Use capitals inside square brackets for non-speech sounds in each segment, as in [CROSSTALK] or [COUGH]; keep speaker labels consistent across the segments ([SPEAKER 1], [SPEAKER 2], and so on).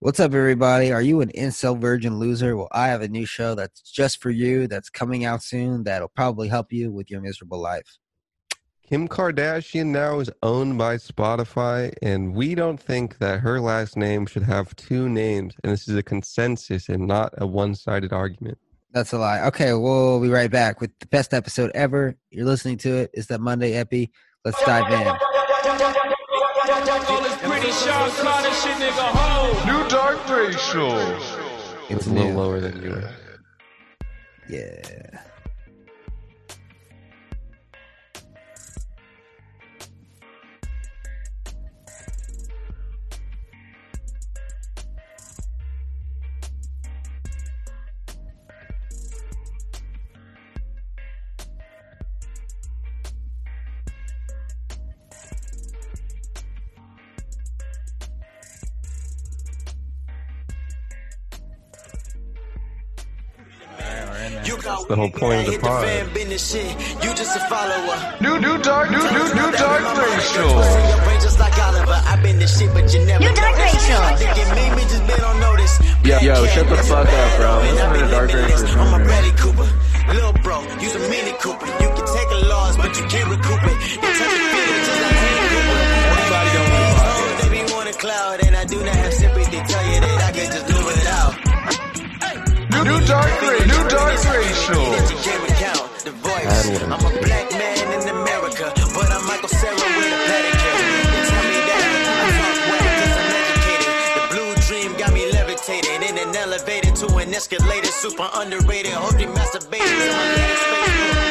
[SPEAKER 1] What's up, everybody? Are you an incel virgin loser? Well, I have a new show that's just for you that's coming out soon that'll probably help you with your miserable life.
[SPEAKER 2] Kim Kardashian now is owned by Spotify, and we don't think that her last name should have two names. And this is a consensus and not a one sided argument.
[SPEAKER 1] That's a lie. Okay, we'll be right back with the best episode ever. You're listening to it. It's that Monday Epi. Let's dive in.
[SPEAKER 3] All this pretty shot, slide this shit, nigga, hoe.
[SPEAKER 4] New Dark Ray Show.
[SPEAKER 1] It's
[SPEAKER 2] It's a little
[SPEAKER 1] new.
[SPEAKER 2] lower than you were.
[SPEAKER 1] Yeah.
[SPEAKER 2] That's the whole point of the pod.
[SPEAKER 5] business shit. You just a follower.
[SPEAKER 4] New New Dark New New New Dark Ray Show.
[SPEAKER 5] Your brain just like Oliver. I've been this shit, but you never.
[SPEAKER 6] New Dark
[SPEAKER 5] noticed.
[SPEAKER 6] Racial.
[SPEAKER 5] I think it made me just been on notice.
[SPEAKER 7] Yo, yo, shut the fuck up, bro.
[SPEAKER 5] And
[SPEAKER 7] Listen to
[SPEAKER 5] I've been
[SPEAKER 7] the Dark
[SPEAKER 5] limitless.
[SPEAKER 7] Racial.
[SPEAKER 5] I'm a Bradley Cooper. Lil bro, use a Mini Cooper. You can take a loss, but you can't recoup it. You touch the feeling just like Mini Cooper. Everybody on the phone, they be wanting cloud, and I do not have sympathy. Tell you that I can just blew it out.
[SPEAKER 4] New New Dark Ray New Dark Ray Show.
[SPEAKER 5] I'm a black man in America, but I'm Michael Sarah with a pedicure. They tell me that I talk well because I'm educated. The blue dream got me levitated in an elevator to an escalator. Super underrated, hope you masturbated to my latest Facebook.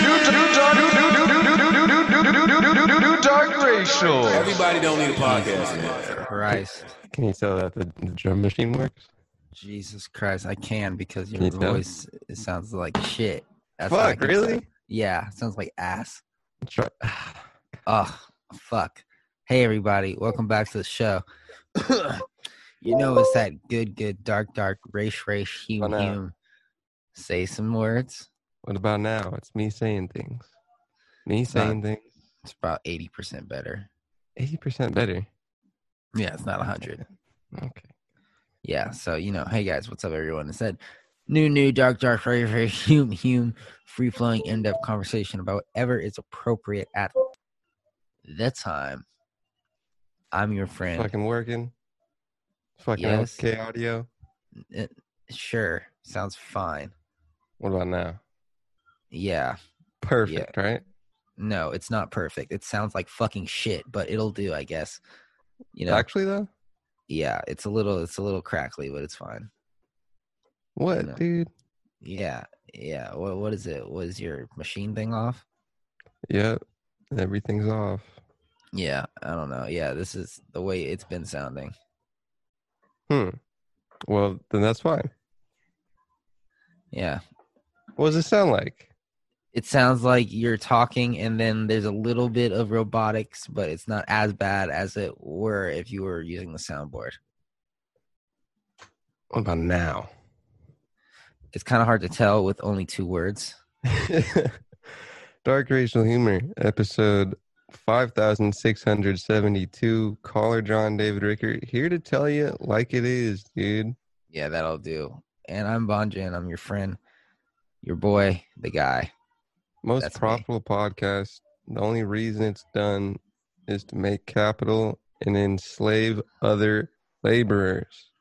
[SPEAKER 4] New New Dark New New New New New New New New New New New New Dark Ray Show.
[SPEAKER 3] Everybody don't need a podcast, man.
[SPEAKER 1] Christ.
[SPEAKER 2] Can you tell that the, the drum machine works?
[SPEAKER 1] Jesus Christ. I can because your
[SPEAKER 2] Can you tell?
[SPEAKER 1] voice it sounds like shit. That's all I
[SPEAKER 2] Fuck,
[SPEAKER 1] can
[SPEAKER 2] really?
[SPEAKER 1] say. Yeah, it sounds like ass.
[SPEAKER 2] Try-
[SPEAKER 1] Oh, fuck. Hey, everybody. Welcome back to the show. you know, it's that good, good, dark, dark, race, race, hume,
[SPEAKER 2] Oh, no.
[SPEAKER 1] hume. Say some words.
[SPEAKER 2] What about now? It's me saying things. Me
[SPEAKER 1] not-
[SPEAKER 2] saying things.
[SPEAKER 1] It's about 80% better.
[SPEAKER 2] 80% better.
[SPEAKER 1] Yeah, it's not 100.
[SPEAKER 2] Okay.
[SPEAKER 1] Yeah, so, you know, hey guys, what's up, everyone? It's that new, new, dark, dark, very, very hume, hume, free flowing, in depth conversation about whatever is appropriate at the time. I'm your friend.
[SPEAKER 2] Fucking working. Fucking
[SPEAKER 1] Yes.
[SPEAKER 2] LK audio.
[SPEAKER 1] Eh, sure, sounds fine.
[SPEAKER 2] What about now?
[SPEAKER 1] Yeah,
[SPEAKER 2] Perfect, right?
[SPEAKER 1] no, it's not perfect. It sounds like fucking shit, but it'll do, I guess. You know,
[SPEAKER 2] Actually, though,
[SPEAKER 1] yeah, it's a little, it's a little crackly, but it's fine.
[SPEAKER 2] what,
[SPEAKER 1] No.
[SPEAKER 2] dude?
[SPEAKER 1] Yeah, yeah. What, what is it? Was your machine thing off?
[SPEAKER 2] Yep, everything's off.
[SPEAKER 1] Yeah, I don't know. Yeah, this is the way it's been sounding.
[SPEAKER 2] Hmm. Well, then that's fine.
[SPEAKER 1] Yeah.
[SPEAKER 2] What does it sound like?
[SPEAKER 1] It sounds like you're talking and then there's a little bit of robotics, but it's not as bad as it were if you were using the soundboard.
[SPEAKER 2] What about now? [LAUGHS]
[SPEAKER 1] It's kind of hard to tell with only two words.
[SPEAKER 2] Dark racial humor, episode five thousand six hundred seventy-two. Caller John David Ricker here to tell you like it is, dude.
[SPEAKER 1] Yeah, that'll do. And I'm Bonjan. I'm your friend, your boy, the guy.
[SPEAKER 2] Most
[SPEAKER 1] That's me.
[SPEAKER 2] profitable podcast. The only reason it's done is to make capital and enslave other laborers.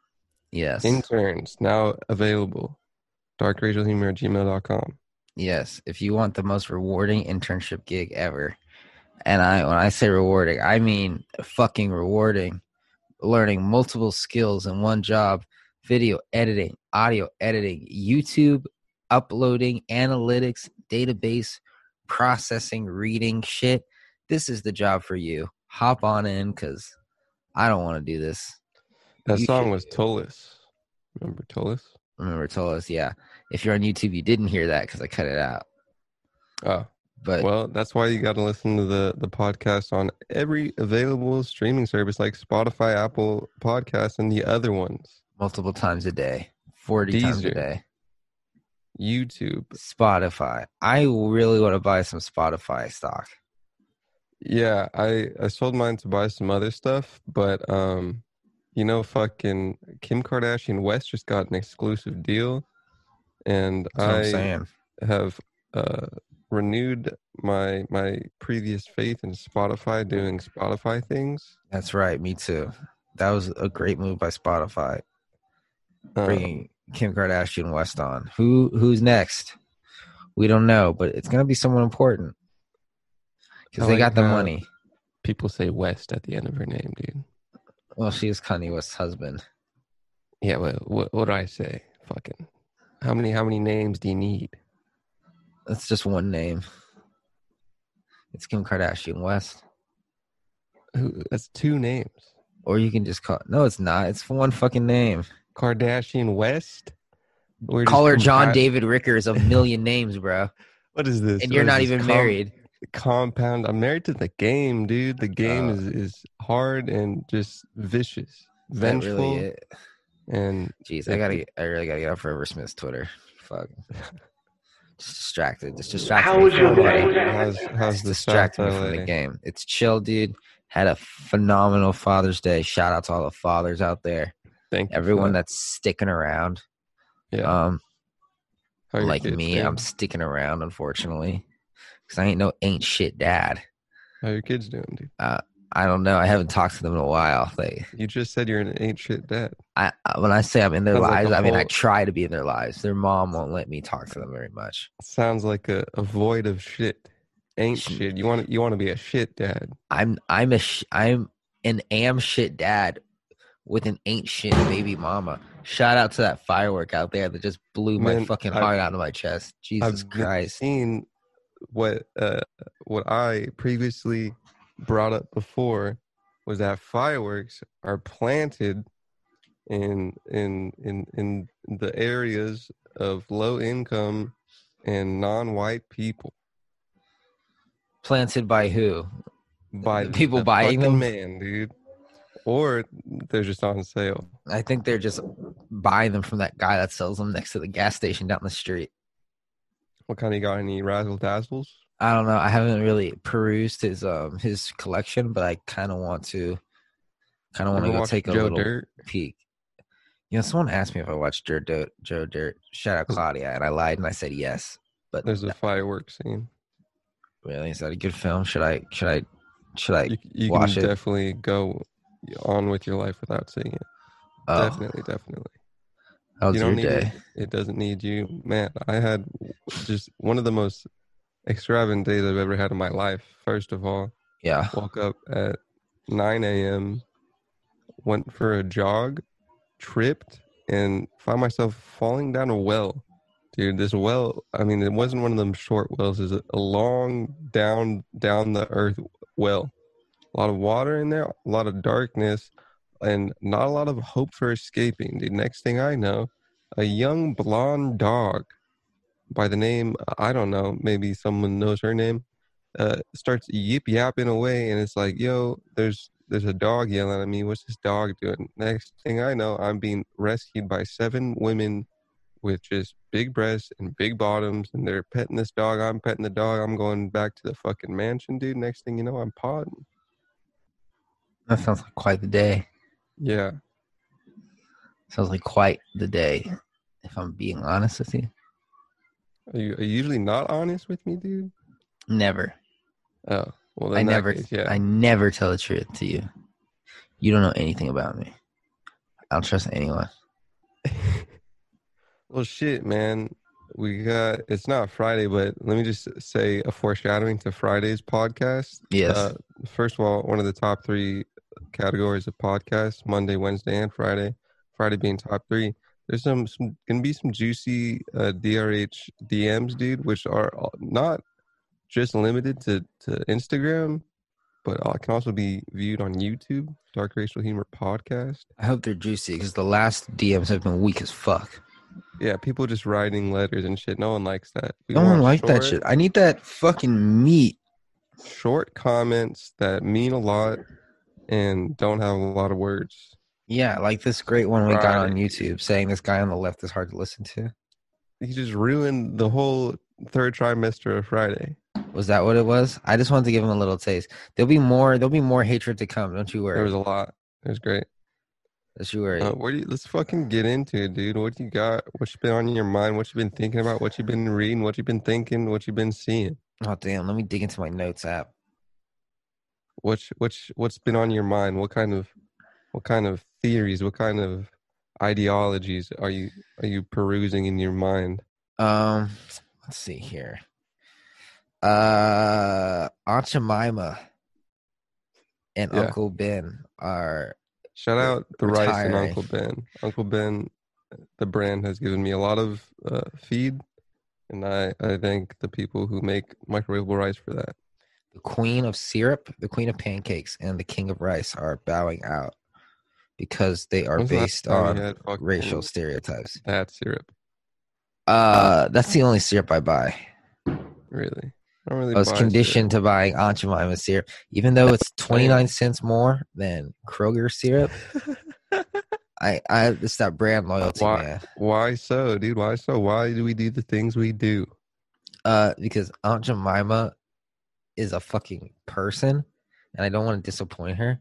[SPEAKER 1] Yes.
[SPEAKER 2] interns now available darkracialhumor at gmail.com
[SPEAKER 1] Yes, if you want the most rewarding internship gig ever, and I when I say rewarding, I mean fucking rewarding. Learning multiple skills in one job, video editing, audio editing, YouTube, uploading, analytics, database, processing, reading shit. This is the job for you. Hop on in cuz I don't want to do this.
[SPEAKER 2] that
[SPEAKER 1] You
[SPEAKER 2] song
[SPEAKER 1] should-
[SPEAKER 2] was Tollis. remember Tollis?
[SPEAKER 1] Remember told us, yeah. If you're on YouTube, you didn't hear that cuz I cut it out.
[SPEAKER 2] oh
[SPEAKER 1] But
[SPEAKER 2] well that's why you got to listen to the the podcast on every available streaming service like spotify apple podcasts and the other ones
[SPEAKER 1] multiple times a day, 40 times a
[SPEAKER 2] Deezer.
[SPEAKER 1] day.
[SPEAKER 2] youtube
[SPEAKER 1] Spotify. I really want to buy some Spotify stock.
[SPEAKER 2] Yeah, I I sold mine to buy some other stuff, but um, you know, fucking Kim Kardashian West just got an exclusive deal, and
[SPEAKER 1] That's what I'm
[SPEAKER 2] I
[SPEAKER 1] saying.
[SPEAKER 2] have uh renewed my my previous faith in Spotify doing Spotify things.
[SPEAKER 1] That's right. Me too. That was a great move by Spotify,
[SPEAKER 2] Um,
[SPEAKER 1] bringing Kim Kardashian West on. Who who's next? We don't know, but it's gonna be someone important because
[SPEAKER 2] I
[SPEAKER 1] they
[SPEAKER 2] like
[SPEAKER 1] got the
[SPEAKER 2] how-
[SPEAKER 1] money.
[SPEAKER 2] people say West at the end of her name, dude.
[SPEAKER 1] Well, she is Kanye West's husband.
[SPEAKER 2] Yeah, what what, what do I say? Fucking, how many how many names do you need?
[SPEAKER 1] That's just one name. It's Kim Kardashian West.
[SPEAKER 2] Who, that's two names.
[SPEAKER 1] Or you can just call. No, it's not. It's one fucking name.
[SPEAKER 2] Kardashian West. We're just
[SPEAKER 1] Call her John
[SPEAKER 2] compa-
[SPEAKER 1] David Rickers of million names,
[SPEAKER 2] [LAUGHS]
[SPEAKER 1] bro.
[SPEAKER 2] What is this?
[SPEAKER 1] And you're
[SPEAKER 2] What
[SPEAKER 1] not
[SPEAKER 2] is this?
[SPEAKER 1] even
[SPEAKER 2] Com-
[SPEAKER 1] married.
[SPEAKER 2] Compound. I'm married to the game, dude. The game
[SPEAKER 1] Uh,
[SPEAKER 2] is is hard and just vicious,
[SPEAKER 1] That
[SPEAKER 2] vengeful,
[SPEAKER 1] really it.
[SPEAKER 2] and
[SPEAKER 1] Jeez, I gotta. Get, I really gotta get off River Smith's Twitter.
[SPEAKER 2] [LAUGHS]
[SPEAKER 1] Fuck. Just distracted. Just distracted. How was your
[SPEAKER 2] how's how's
[SPEAKER 1] It's
[SPEAKER 2] the South
[SPEAKER 1] distracted me
[SPEAKER 2] LA?
[SPEAKER 1] from the game. It's chill, dude. Had a phenomenal Father's Day. Shout out to all the fathers out there.
[SPEAKER 2] Thank you for
[SPEAKER 1] Everyone that's sticking around.
[SPEAKER 2] Yeah.
[SPEAKER 1] Um,
[SPEAKER 2] How are your
[SPEAKER 1] like
[SPEAKER 2] kids
[SPEAKER 1] me,
[SPEAKER 2] doing?
[SPEAKER 1] I'm sticking around, unfortunately, because I ain't no ain't shit dad.
[SPEAKER 2] How are your kids doing, dude?
[SPEAKER 1] I don't know. I haven't talked to them in a while. Like,
[SPEAKER 2] You just said you're an ain't shit dad.
[SPEAKER 1] I I- when I say I'm in their
[SPEAKER 2] Sounds like
[SPEAKER 1] lives,
[SPEAKER 2] a
[SPEAKER 1] I mean I
[SPEAKER 2] whole-
[SPEAKER 1] try to be in their lives. Their mom won't let me talk to them very much.
[SPEAKER 2] Sounds like a, a void of shit. Ain't
[SPEAKER 1] Shit.
[SPEAKER 2] shit. You want to you want to be a shit dad.
[SPEAKER 1] I'm I'm a sh- I'm an am shit dad with an ain't shit baby mama. Shout out to that firework out there that just blew my
[SPEAKER 2] Man,
[SPEAKER 1] fucking
[SPEAKER 2] I've-
[SPEAKER 1] heart out of my chest. Jesus
[SPEAKER 2] been-
[SPEAKER 1] Christ!
[SPEAKER 2] seen what uh, what I previously brought up before was that fireworks are planted in in in in the areas of low income and non-white people
[SPEAKER 1] Planted by who?
[SPEAKER 2] by
[SPEAKER 1] The people
[SPEAKER 2] the
[SPEAKER 1] buying them?
[SPEAKER 2] fucking man, dude. Or they're just on sale.
[SPEAKER 1] I think they're just buying them from that guy that sells them next to the gas station down the street.
[SPEAKER 2] What kind of got any razzle dazzles?
[SPEAKER 1] I don't know. I haven't really perused his um his collection, but I kind of want to, kind of want to
[SPEAKER 2] Ever
[SPEAKER 1] go
[SPEAKER 2] watch
[SPEAKER 1] Uh, take a
[SPEAKER 2] Joe
[SPEAKER 1] little
[SPEAKER 2] Dirt?
[SPEAKER 1] peek. You know, someone asked me if I watched Joe Dirt. Joe Dirt. Shout out Claudia, and I lied and I said yes. But
[SPEAKER 2] There's a fireworks scene.
[SPEAKER 1] really, is that a good film? Should I? Should I? Should I?
[SPEAKER 2] You, you can
[SPEAKER 1] watch it.
[SPEAKER 2] definitely go on with your life without seeing it.
[SPEAKER 1] Oh,
[SPEAKER 2] Definitely, definitely.
[SPEAKER 1] how's
[SPEAKER 2] you
[SPEAKER 1] oh, your
[SPEAKER 2] don't need
[SPEAKER 1] day?
[SPEAKER 2] It. it doesn't need you. Man, I had just one of the most extravagant days I've ever had in my life. First of all,
[SPEAKER 1] Yeah.
[SPEAKER 2] [SIGHS] woke up at 9 a.m., went for a jog, tripped, and found myself falling down a well. Dude, this well, I mean, it wasn't one of them short wells. It's a a long down, down the earth well. A lot of water in there, a lot of darkness, and not a lot of hope for escaping. The next thing I know, a young blonde dog by the name, I don't know, maybe someone knows her name, uh, starts yip yapping away, and it's like, yo, there's there's a dog yelling at me. What's this dog doing? Next thing I know, I'm being rescued by seven women with just big breasts and big bottoms, and they're petting this dog. I'm petting the dog. I'm going back to the fucking mansion, dude. Next thing you know, I'm potting.
[SPEAKER 1] That sounds like quite the day.
[SPEAKER 2] Yeah,
[SPEAKER 1] Sounds like quite the day. If I'm being honest with you,
[SPEAKER 2] are you, are you usually not honest with me, dude?
[SPEAKER 1] never.
[SPEAKER 2] Oh, well,
[SPEAKER 1] I
[SPEAKER 2] in that
[SPEAKER 1] never,
[SPEAKER 2] case, yeah,
[SPEAKER 1] I never tell the truth to you. You don't know anything about me. I don't trust anyone.
[SPEAKER 2] Well, shit, man. We got it's not Friday, but let me just say a foreshadowing to Friday's podcast.
[SPEAKER 1] Yes.
[SPEAKER 2] Uh, first of all, one of the top three categories of podcasts Monday, Wednesday, and Friday. Friday being top three. There's some, some gonna be some juicy uh, DRH DMs, dude, which are all- not just limited to to Instagram, but uh, can also be viewed on YouTube. Dark Racial Humor Podcast.
[SPEAKER 1] I hope they're juicy because the last DMs have been weak as fuck.
[SPEAKER 2] Yeah, people just writing letters and shit. No one likes that. We
[SPEAKER 1] No one
[SPEAKER 2] want
[SPEAKER 1] like that
[SPEAKER 2] short-
[SPEAKER 1] shit. I need that fucking meat.
[SPEAKER 2] Short comments that mean a lot and don't have a lot of words.
[SPEAKER 1] Yeah, like this great one we got on
[SPEAKER 2] Right.
[SPEAKER 1] YouTube saying this guy on the left is hard to listen to.
[SPEAKER 2] He just ruined the whole third trimester of Friday.
[SPEAKER 1] Was that what it was? I just wanted to give him a little taste. There'll be more. There'll be more hatred to come. Don't you
[SPEAKER 2] There
[SPEAKER 1] worry.
[SPEAKER 2] was a lot. It was great.
[SPEAKER 1] Don't you worry.
[SPEAKER 2] Uh, where do you, let's fucking get into it, dude. What you got? What's been on your mind? What you been thinking about? What you been reading? What you been thinking? What you been seeing?
[SPEAKER 1] Oh damn! Let me dig into my notes app.
[SPEAKER 2] What's what's what's been on your mind? What kind of what kind of theories? What kind of ideologies are you are you perusing in your mind?
[SPEAKER 1] Um, let's see here. Uh, Aunt Jemima and
[SPEAKER 2] Yeah.
[SPEAKER 1] Uncle Ben are
[SPEAKER 2] Shout
[SPEAKER 1] Re-
[SPEAKER 2] out the rice and
[SPEAKER 1] retiring.
[SPEAKER 2] Uncle Ben. Uncle Ben, the brand has given me a lot of uh, feed, and I I thank the people who make microwavable rice for that.
[SPEAKER 1] the queen of syrup, the queen of pancakes, and the king of rice are bowing out because they are
[SPEAKER 2] When's the last
[SPEAKER 1] based
[SPEAKER 2] time you
[SPEAKER 1] on
[SPEAKER 2] had fucking
[SPEAKER 1] racial stereotypes.
[SPEAKER 2] that syrup.
[SPEAKER 1] Uh, that's the only syrup I buy.
[SPEAKER 2] Really, I don't really.
[SPEAKER 1] I was
[SPEAKER 2] buy syrup.
[SPEAKER 1] conditioned to buying Aunt Jemima syrup, even though
[SPEAKER 2] [LAUGHS]
[SPEAKER 1] it's twenty nine cents more than Kroger syrup. I I it's that brand loyalty,
[SPEAKER 2] Why?
[SPEAKER 1] man.
[SPEAKER 2] Why so, dude? Why so? Why do we do the things we do?
[SPEAKER 1] Uh, because Aunt Jemima is a fucking person, and I don't want to disappoint her.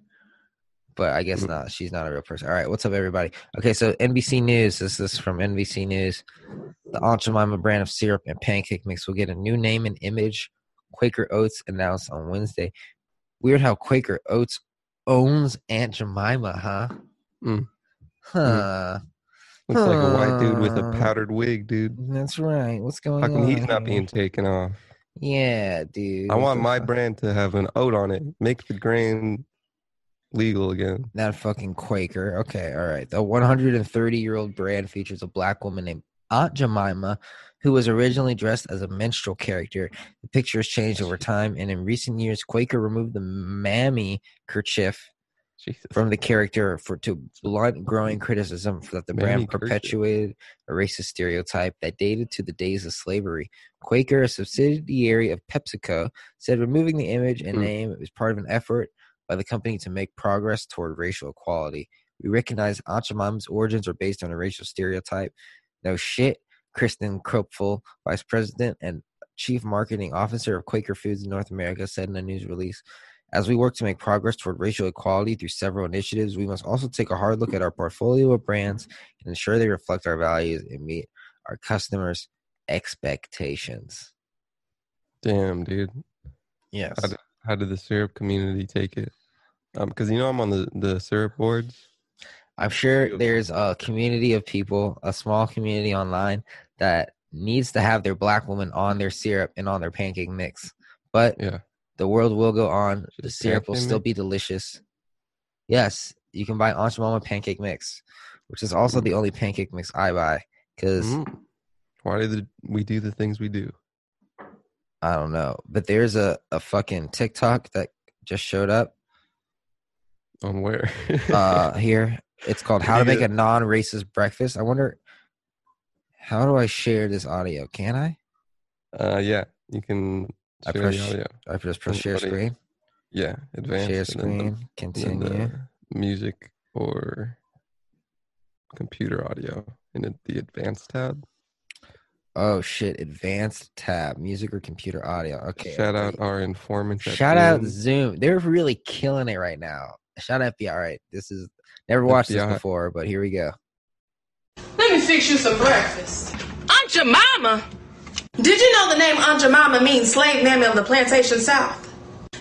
[SPEAKER 1] But I guess
[SPEAKER 2] Mm.
[SPEAKER 1] not. She's not a real person. All right, what's up, everybody? Okay, so NBC News. This is from NBC News. The Aunt Jemima brand of syrup and pancake mix will get a new name and image. Quaker Oats announced on Wednesday. Weird how Quaker Oats owns Aunt Jemima, huh?
[SPEAKER 2] Mm.
[SPEAKER 1] Huh.
[SPEAKER 2] Looks like a white dude with a
[SPEAKER 1] Uh,
[SPEAKER 2] powdered wig, dude.
[SPEAKER 1] That's right. What's going
[SPEAKER 2] Mm. How
[SPEAKER 1] on?
[SPEAKER 2] come he's not
[SPEAKER 1] here?
[SPEAKER 2] being taken off?
[SPEAKER 1] Yeah, dude.
[SPEAKER 2] I
[SPEAKER 1] what
[SPEAKER 2] want
[SPEAKER 1] the
[SPEAKER 2] my
[SPEAKER 1] fuck?
[SPEAKER 2] brand to have an oat on it. Make the grain legal again.
[SPEAKER 1] That fucking Quaker. Okay, all right. The 130 year old brand features a black woman named Aunt Jemima, who was originally dressed as a minstrel character. The picture has changed over time, and in recent years, Quaker removed the mammy kerchief
[SPEAKER 2] Jesus.
[SPEAKER 1] from the character for to blunt growing criticism for that the
[SPEAKER 2] Mammy
[SPEAKER 1] brand
[SPEAKER 2] Kirkwood.
[SPEAKER 1] perpetuated a racist stereotype that dated to the days of slavery. Quaker, a subsidiary of PepsiCo, said removing the image and
[SPEAKER 2] Hmm.
[SPEAKER 1] name is part of an effort by the company to make progress toward racial equality. We recognize Aunt Jemima's origins are based on a racial stereotype. No shit. Kristen Kropfel, vice president and chief marketing officer of Quaker Foods in North America, said in a news release. As we work to make progress toward racial equality through several initiatives, we must also take a hard look at our portfolio of brands and ensure they reflect our values and meet our customers' expectations.
[SPEAKER 2] Damn, dude.
[SPEAKER 1] Yes.
[SPEAKER 2] d- How did the syrup community take it? Um, because you know I'm on the the syrup boards.
[SPEAKER 1] I'm sure there's a community of people, a small community online that needs to have their black woman on their syrup and on their pancake mix. But
[SPEAKER 2] Yeah.
[SPEAKER 1] the world will go on. The
[SPEAKER 2] Just
[SPEAKER 1] syrup will
[SPEAKER 2] pancake
[SPEAKER 1] still
[SPEAKER 2] mix?
[SPEAKER 1] be delicious. Yes, you can buy Aunt Mama pancake mix, which is also the only pancake mix I buy because
[SPEAKER 2] Mm. Why did we do the things we do?
[SPEAKER 1] I don't know. But there's a, a fucking TikTok that just showed up
[SPEAKER 2] On where?
[SPEAKER 1] uh, here. It's called How to
[SPEAKER 2] You
[SPEAKER 1] Make a
[SPEAKER 2] get-
[SPEAKER 1] Non Racist Breakfast. I wonder, how do I share this audio? Can I?
[SPEAKER 2] [LAUGHS] Uh, yeah, you can
[SPEAKER 1] I
[SPEAKER 2] share the
[SPEAKER 1] press-
[SPEAKER 2] audio.
[SPEAKER 1] I just press
[SPEAKER 2] Does
[SPEAKER 1] share
[SPEAKER 2] anybody
[SPEAKER 1] screen.
[SPEAKER 2] Yeah, advanced.
[SPEAKER 1] Share
[SPEAKER 2] and then the-
[SPEAKER 1] screen.
[SPEAKER 2] and then
[SPEAKER 1] Continue.
[SPEAKER 2] the music or computer audio in the- the advanced tab.
[SPEAKER 1] Oh shit! Advanced tab, music or computer audio. Okay.
[SPEAKER 2] Shout out
[SPEAKER 1] everybody.
[SPEAKER 2] our informants. at
[SPEAKER 1] Shout out
[SPEAKER 2] Zoom.
[SPEAKER 1] Zoom. They're really killing it right now. Shout out FBI. All right, this is never watched this
[SPEAKER 2] FBI.
[SPEAKER 1] before, but here we go.
[SPEAKER 6] Let me fix you some breakfast.
[SPEAKER 8] Aunt Jemima.
[SPEAKER 6] Did you know the name Aunt Jemima means slave mammy of the plantation south?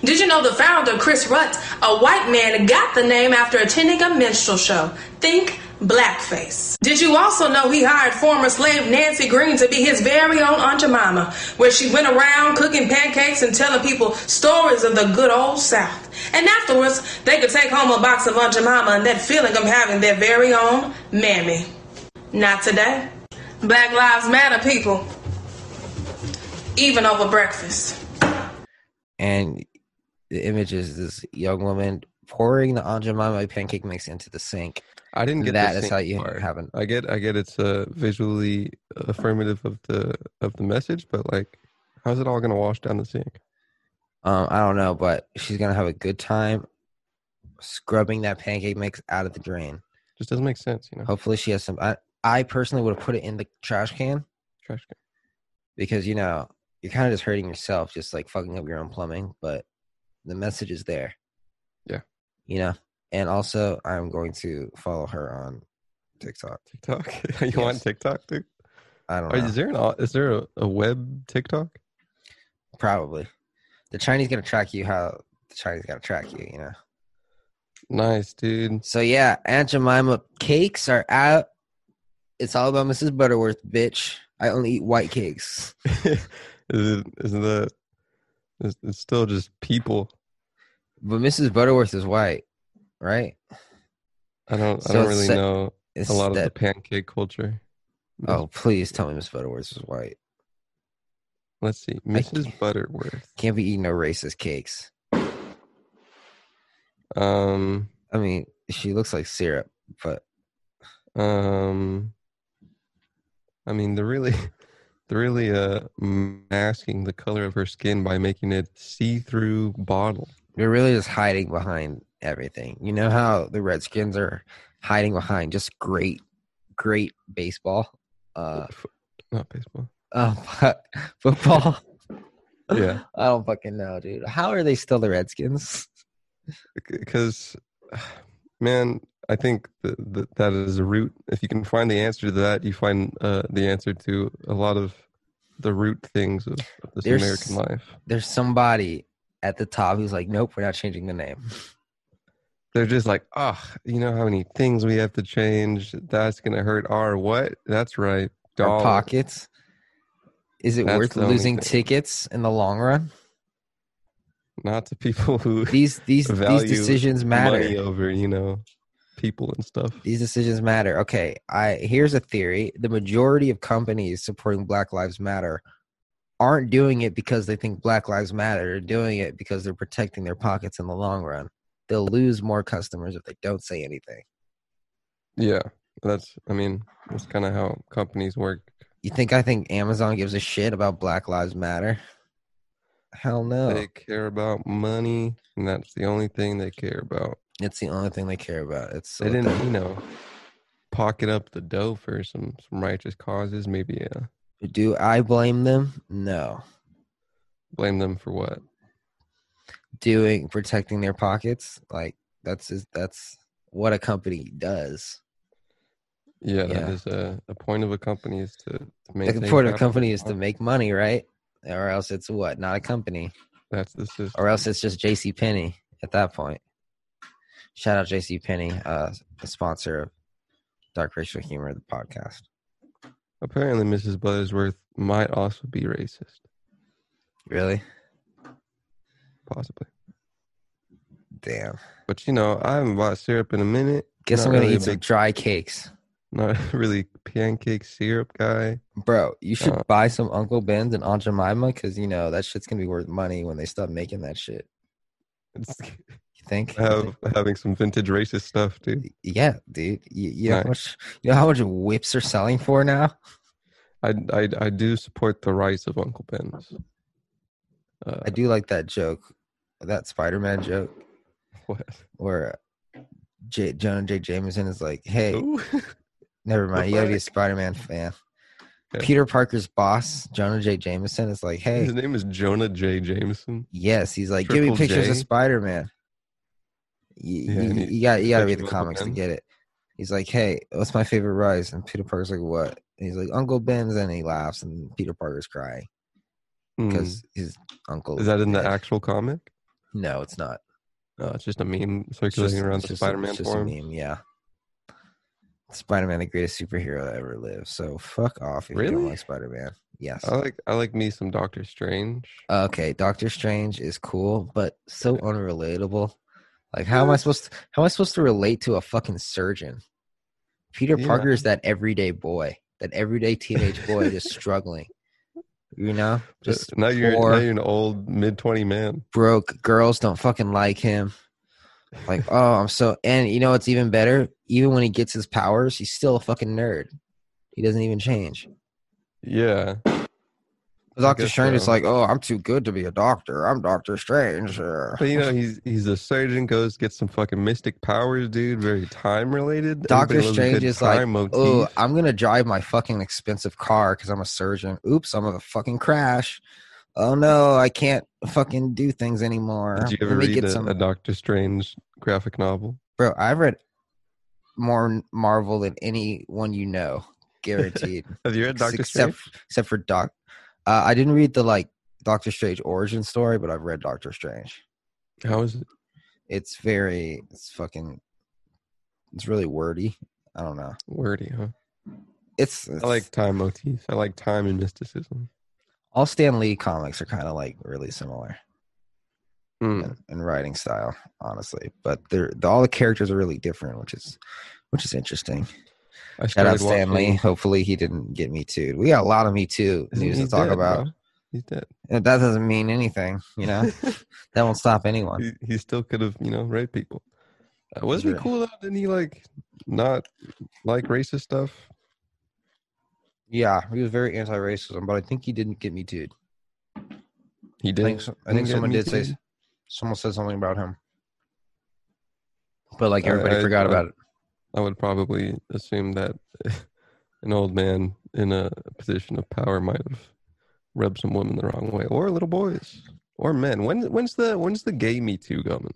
[SPEAKER 6] Did you know the founder, Chris Rutt, a white man, got the name after attending a minstrel show? Think blackface. Did you also know he hired former slave Nancy Green to be his very own Aunt Jemima, where she went around cooking pancakes and telling people stories of the good old South? And afterwards, they could take home a box of Aunt Jemima and that feeling of having their very own mammy. Not today. Black Lives Matter, people. Even over breakfast.
[SPEAKER 1] and the image is this young woman pouring the Aunt Jemima pancake mix into the sink.
[SPEAKER 2] I didn't get the
[SPEAKER 1] That is
[SPEAKER 2] sync
[SPEAKER 1] how you
[SPEAKER 2] part.
[SPEAKER 1] have an.
[SPEAKER 2] I get, I get. It's uh, visually uh, affirmative of the of the message, but like, how's it all gonna wash down the sink?
[SPEAKER 1] Um, I don't know, but she's gonna have a good time scrubbing that pancake mix out of the drain.
[SPEAKER 2] Just doesn't make sense, you know.
[SPEAKER 1] Hopefully, she has some. I, I personally would have put it in the trash can
[SPEAKER 2] Trash can.
[SPEAKER 1] because you know you're kind of just hurting yourself, just like fucking up your own plumbing. But the message is there.
[SPEAKER 2] Yeah.
[SPEAKER 1] You know, and also I'm going to follow her on TikTok.
[SPEAKER 2] TikTok. [LAUGHS] you want
[SPEAKER 1] Yes.
[SPEAKER 2] TikTok too?
[SPEAKER 1] I don't
[SPEAKER 2] Or
[SPEAKER 1] know.
[SPEAKER 2] Is there an au- is there a, a web TikTok?
[SPEAKER 1] Probably. The Chinese gonna track you how the Chinese gotta track you, you know.
[SPEAKER 2] Nice, dude. [LAUGHS]
[SPEAKER 1] So yeah, Aunt Jemima cakes are out. It's all about Mrs. Butterworth, bitch. I only eat white cakes.
[SPEAKER 2] is it, is the it's, it's still just people?
[SPEAKER 1] But Mrs. Butterworth is white, right?
[SPEAKER 2] I don't I
[SPEAKER 1] So
[SPEAKER 2] don't
[SPEAKER 1] it's
[SPEAKER 2] really
[SPEAKER 1] se-
[SPEAKER 2] know
[SPEAKER 1] It's
[SPEAKER 2] a lot of the
[SPEAKER 1] that-
[SPEAKER 2] pancake culture.
[SPEAKER 1] oh, please tell me Mrs. Butterworth is white.
[SPEAKER 2] Let's see, Mrs. Butterworth.
[SPEAKER 1] Can't be eating no racist cakes.
[SPEAKER 2] Um,
[SPEAKER 1] I mean, she looks like syrup, but
[SPEAKER 2] um, I mean, they're really [LAUGHS] they're really uh masking the color of her skin by making it see-through bottle.
[SPEAKER 1] they're really just hiding behind everything. You know how the Redskins are hiding behind just great, great baseball. Uh, [LAUGHS]
[SPEAKER 2] F- Not baseball.
[SPEAKER 1] Oh, fuck. football.
[SPEAKER 2] Yeah,
[SPEAKER 1] [LAUGHS] I don't fucking know, dude. How are they still the Redskins?
[SPEAKER 2] because [SIGHS] man, I think that that- that is a root. If you can find the answer to that, you find uh, the answer to a lot of the root things of, of this
[SPEAKER 1] There's-
[SPEAKER 2] American life.
[SPEAKER 1] There's somebody at the top who's like, nope, we're not changing the name.
[SPEAKER 2] they're just like, oh, you know how many things we have to change. That's gonna hurt our what? That's right.
[SPEAKER 1] Our
[SPEAKER 2] dollar."
[SPEAKER 1] pockets. Is it
[SPEAKER 2] That's
[SPEAKER 1] worth
[SPEAKER 2] the only
[SPEAKER 1] losing
[SPEAKER 2] thing.
[SPEAKER 1] tickets in the long run?
[SPEAKER 2] Not to people who
[SPEAKER 1] These these these
[SPEAKER 2] Value
[SPEAKER 1] decisions
[SPEAKER 2] [LAUGHS] money
[SPEAKER 1] matter.
[SPEAKER 2] over, you know, people and stuff.
[SPEAKER 1] These decisions matter. Okay, I here's a theory. The majority of companies supporting Black Lives Matter aren't doing it because they think Black Lives Matter. They're doing it because they're protecting their pockets in the long run. They'll lose more customers if they don't say anything.
[SPEAKER 2] Yeah, that's. I mean, that's kind of how companies work.
[SPEAKER 1] You think I think Amazon gives a shit about Black Lives Matter? Hell no.
[SPEAKER 2] They care about money, and that's the only thing they care about.
[SPEAKER 1] it's the only thing they care about. It's so
[SPEAKER 2] They didn't, you know, pocket up the dough for some some righteous causes. Maybe uh,
[SPEAKER 1] do I blame them? No.
[SPEAKER 2] blame them for what?
[SPEAKER 1] Doing protecting their pockets, like that's is that's what a company does. Yeah.
[SPEAKER 2] Yeah, that is a, a point of a company is to, to
[SPEAKER 1] The
[SPEAKER 2] maintain
[SPEAKER 1] point of a
[SPEAKER 2] capital.
[SPEAKER 1] company is to make money, right? Or else it's what? Not a company.
[SPEAKER 2] That's the system.
[SPEAKER 1] Or else it's just JC Penney at that point. Shout out JC Penney, uh the sponsor of Dark Racial Humor, the podcast.
[SPEAKER 2] Apparently, Mrs. Buttersworth might also be racist,
[SPEAKER 1] Really?
[SPEAKER 2] possibly.
[SPEAKER 1] Damn.
[SPEAKER 2] But you know, I haven't bought syrup in a minute.
[SPEAKER 1] Guess
[SPEAKER 2] Not
[SPEAKER 1] I'm gonna
[SPEAKER 2] really a
[SPEAKER 1] eat some
[SPEAKER 2] big-
[SPEAKER 1] dry cakes,
[SPEAKER 2] Not [LAUGHS] really pancake syrup guy.
[SPEAKER 1] bro. You should
[SPEAKER 2] Uh.
[SPEAKER 1] buy some Uncle Ben's and Aunt Jemima because you know that shit's gonna be worth money when they stop making that shit.
[SPEAKER 2] It's
[SPEAKER 1] [LAUGHS] You think? You
[SPEAKER 2] [LAUGHS] have,
[SPEAKER 1] think-
[SPEAKER 2] having some vintage racist stuff, dude.
[SPEAKER 1] yeah, dude. You, you know
[SPEAKER 2] Nice.
[SPEAKER 1] how much? You know how much whips are selling for now?
[SPEAKER 2] I, I I do support the rights of Uncle Ben's. Uh,
[SPEAKER 1] I do like that joke, that Spider-Man joke
[SPEAKER 2] [LAUGHS] What?
[SPEAKER 1] where J- Jonah J. Jameson is like, "Hey,
[SPEAKER 2] Ooh.
[SPEAKER 1] never mind. You gotta be a
[SPEAKER 2] fuck?
[SPEAKER 1] Spider-Man fan."
[SPEAKER 2] Yeah.
[SPEAKER 1] Peter Parker's boss, Jonah J. Jameson, is like, "Hey,
[SPEAKER 2] His name is Jonah J. Jameson.
[SPEAKER 1] Yes, he's like, give
[SPEAKER 2] Triple
[SPEAKER 1] me pictures of
[SPEAKER 2] J?
[SPEAKER 1] Spider Man. You,
[SPEAKER 2] Yeah,
[SPEAKER 1] you,
[SPEAKER 2] and he-
[SPEAKER 1] you got you got to
[SPEAKER 2] pictures
[SPEAKER 1] read
[SPEAKER 2] of
[SPEAKER 1] the
[SPEAKER 2] Uncle
[SPEAKER 1] comics to
[SPEAKER 2] Ben.
[SPEAKER 1] get it. He's like, hey, what's my favorite rice? And Peter Parker's like, what? And he's like, Uncle Ben's, and he laughs, and Peter Parker's crying
[SPEAKER 2] Hmm.
[SPEAKER 1] because his uncle
[SPEAKER 2] Is that in the
[SPEAKER 1] dead.
[SPEAKER 2] actual comic?
[SPEAKER 1] No, it's not.
[SPEAKER 2] No, it's just a meme
[SPEAKER 1] It's
[SPEAKER 2] circulating
[SPEAKER 1] just-
[SPEAKER 2] around
[SPEAKER 1] it's
[SPEAKER 2] the
[SPEAKER 1] just a-
[SPEAKER 2] Spider-Man
[SPEAKER 1] it's just a
[SPEAKER 2] forum.
[SPEAKER 1] meme, yeah. Spider Man, the greatest superhero that ever lived. So fuck off if you
[SPEAKER 2] Really?
[SPEAKER 1] don't like Spider Man. Yes.
[SPEAKER 2] I like I like me some Doctor Strange.
[SPEAKER 1] Okay, Doctor Strange is cool, but so unrelatable. Like, how am I supposed to, how am I supposed to relate to a fucking surgeon? Peter
[SPEAKER 2] Yeah.
[SPEAKER 1] Parker is that everyday boy, that everyday teenage boy
[SPEAKER 2] [LAUGHS]
[SPEAKER 1] just struggling. You know, just
[SPEAKER 2] Uh, now you're
[SPEAKER 1] poor.
[SPEAKER 2] now you're an old mid twenty man.
[SPEAKER 1] broke. Girls don't fucking like him. Like, oh, I'm so. And you know what's even better? Even when he gets his powers, he's still a fucking nerd. He doesn't even change.
[SPEAKER 2] Yeah,
[SPEAKER 1] Doctor
[SPEAKER 2] guess
[SPEAKER 1] Strange is
[SPEAKER 2] so.
[SPEAKER 1] like, oh, I'm too good to be a doctor. I'm Doctor Strange. Uh,
[SPEAKER 2] but
[SPEAKER 1] [LAUGHS]
[SPEAKER 2] you know he's he's a surgeon. Goes gets some fucking mystic powers, dude. Very time related.
[SPEAKER 1] Doctor Strange is like, oh,
[SPEAKER 2] oh, [LAUGHS]
[SPEAKER 1] I'm gonna drive my fucking expensive car because I'm a surgeon. Oops, I'm gonna fucking crash. oh no, I can't fucking do things anymore.
[SPEAKER 2] Did you ever
[SPEAKER 1] Let me
[SPEAKER 2] read
[SPEAKER 1] get
[SPEAKER 2] a,
[SPEAKER 1] some
[SPEAKER 2] a Doctor Strange graphic novel?
[SPEAKER 1] Bro, I've read more Marvel than anyone you know, guaranteed.
[SPEAKER 2] Have you read
[SPEAKER 1] Ex-
[SPEAKER 2] [LAUGHS] Doctor
[SPEAKER 1] except
[SPEAKER 2] Strange?
[SPEAKER 1] except for Doc. Uh, I didn't read the like Doctor Strange origin story, but I've read Doctor Strange.
[SPEAKER 2] How is it?
[SPEAKER 1] It's very, it's fucking, it's really wordy. I don't know.
[SPEAKER 2] Wordy, huh?
[SPEAKER 1] It's,
[SPEAKER 2] I like time motifs. I like time and mysticism.
[SPEAKER 1] all Stan Lee comics are kind of like really similar
[SPEAKER 2] Mm.
[SPEAKER 1] in, in writing style, honestly. But they're the, all the characters are really different, which is which is interesting.
[SPEAKER 2] I
[SPEAKER 1] Shout out
[SPEAKER 2] started
[SPEAKER 1] Stan Lee.
[SPEAKER 2] watching-
[SPEAKER 1] Hopefully he didn't get me too. We got a lot of me too
[SPEAKER 2] Isn't-
[SPEAKER 1] news to
[SPEAKER 2] he's
[SPEAKER 1] talk
[SPEAKER 2] dead,
[SPEAKER 1] about.
[SPEAKER 2] bro. He's dead.
[SPEAKER 1] That doesn't mean anything, you
[SPEAKER 2] [LAUGHS]
[SPEAKER 1] know. that won't stop anyone.
[SPEAKER 2] He, he still could have, you know, raped people. Uh, wasn't
[SPEAKER 1] Sure.
[SPEAKER 2] he cool though? Didn't he like not like racist stuff?
[SPEAKER 1] Yeah, he was very anti-racism, but I think he didn't get me too.
[SPEAKER 2] He
[SPEAKER 1] I
[SPEAKER 2] did.
[SPEAKER 1] think so, I think
[SPEAKER 2] get
[SPEAKER 1] someone
[SPEAKER 2] Me
[SPEAKER 1] did say
[SPEAKER 2] Too'd?
[SPEAKER 1] someone said something about him, but like
[SPEAKER 2] I-
[SPEAKER 1] everybody
[SPEAKER 2] I-
[SPEAKER 1] forgot
[SPEAKER 2] I-
[SPEAKER 1] about it.
[SPEAKER 2] I would probably assume that [LAUGHS] an old man in a position of power might have rubbed some women the wrong way, or little boys, or men. When when's the when's the gay Me Too coming?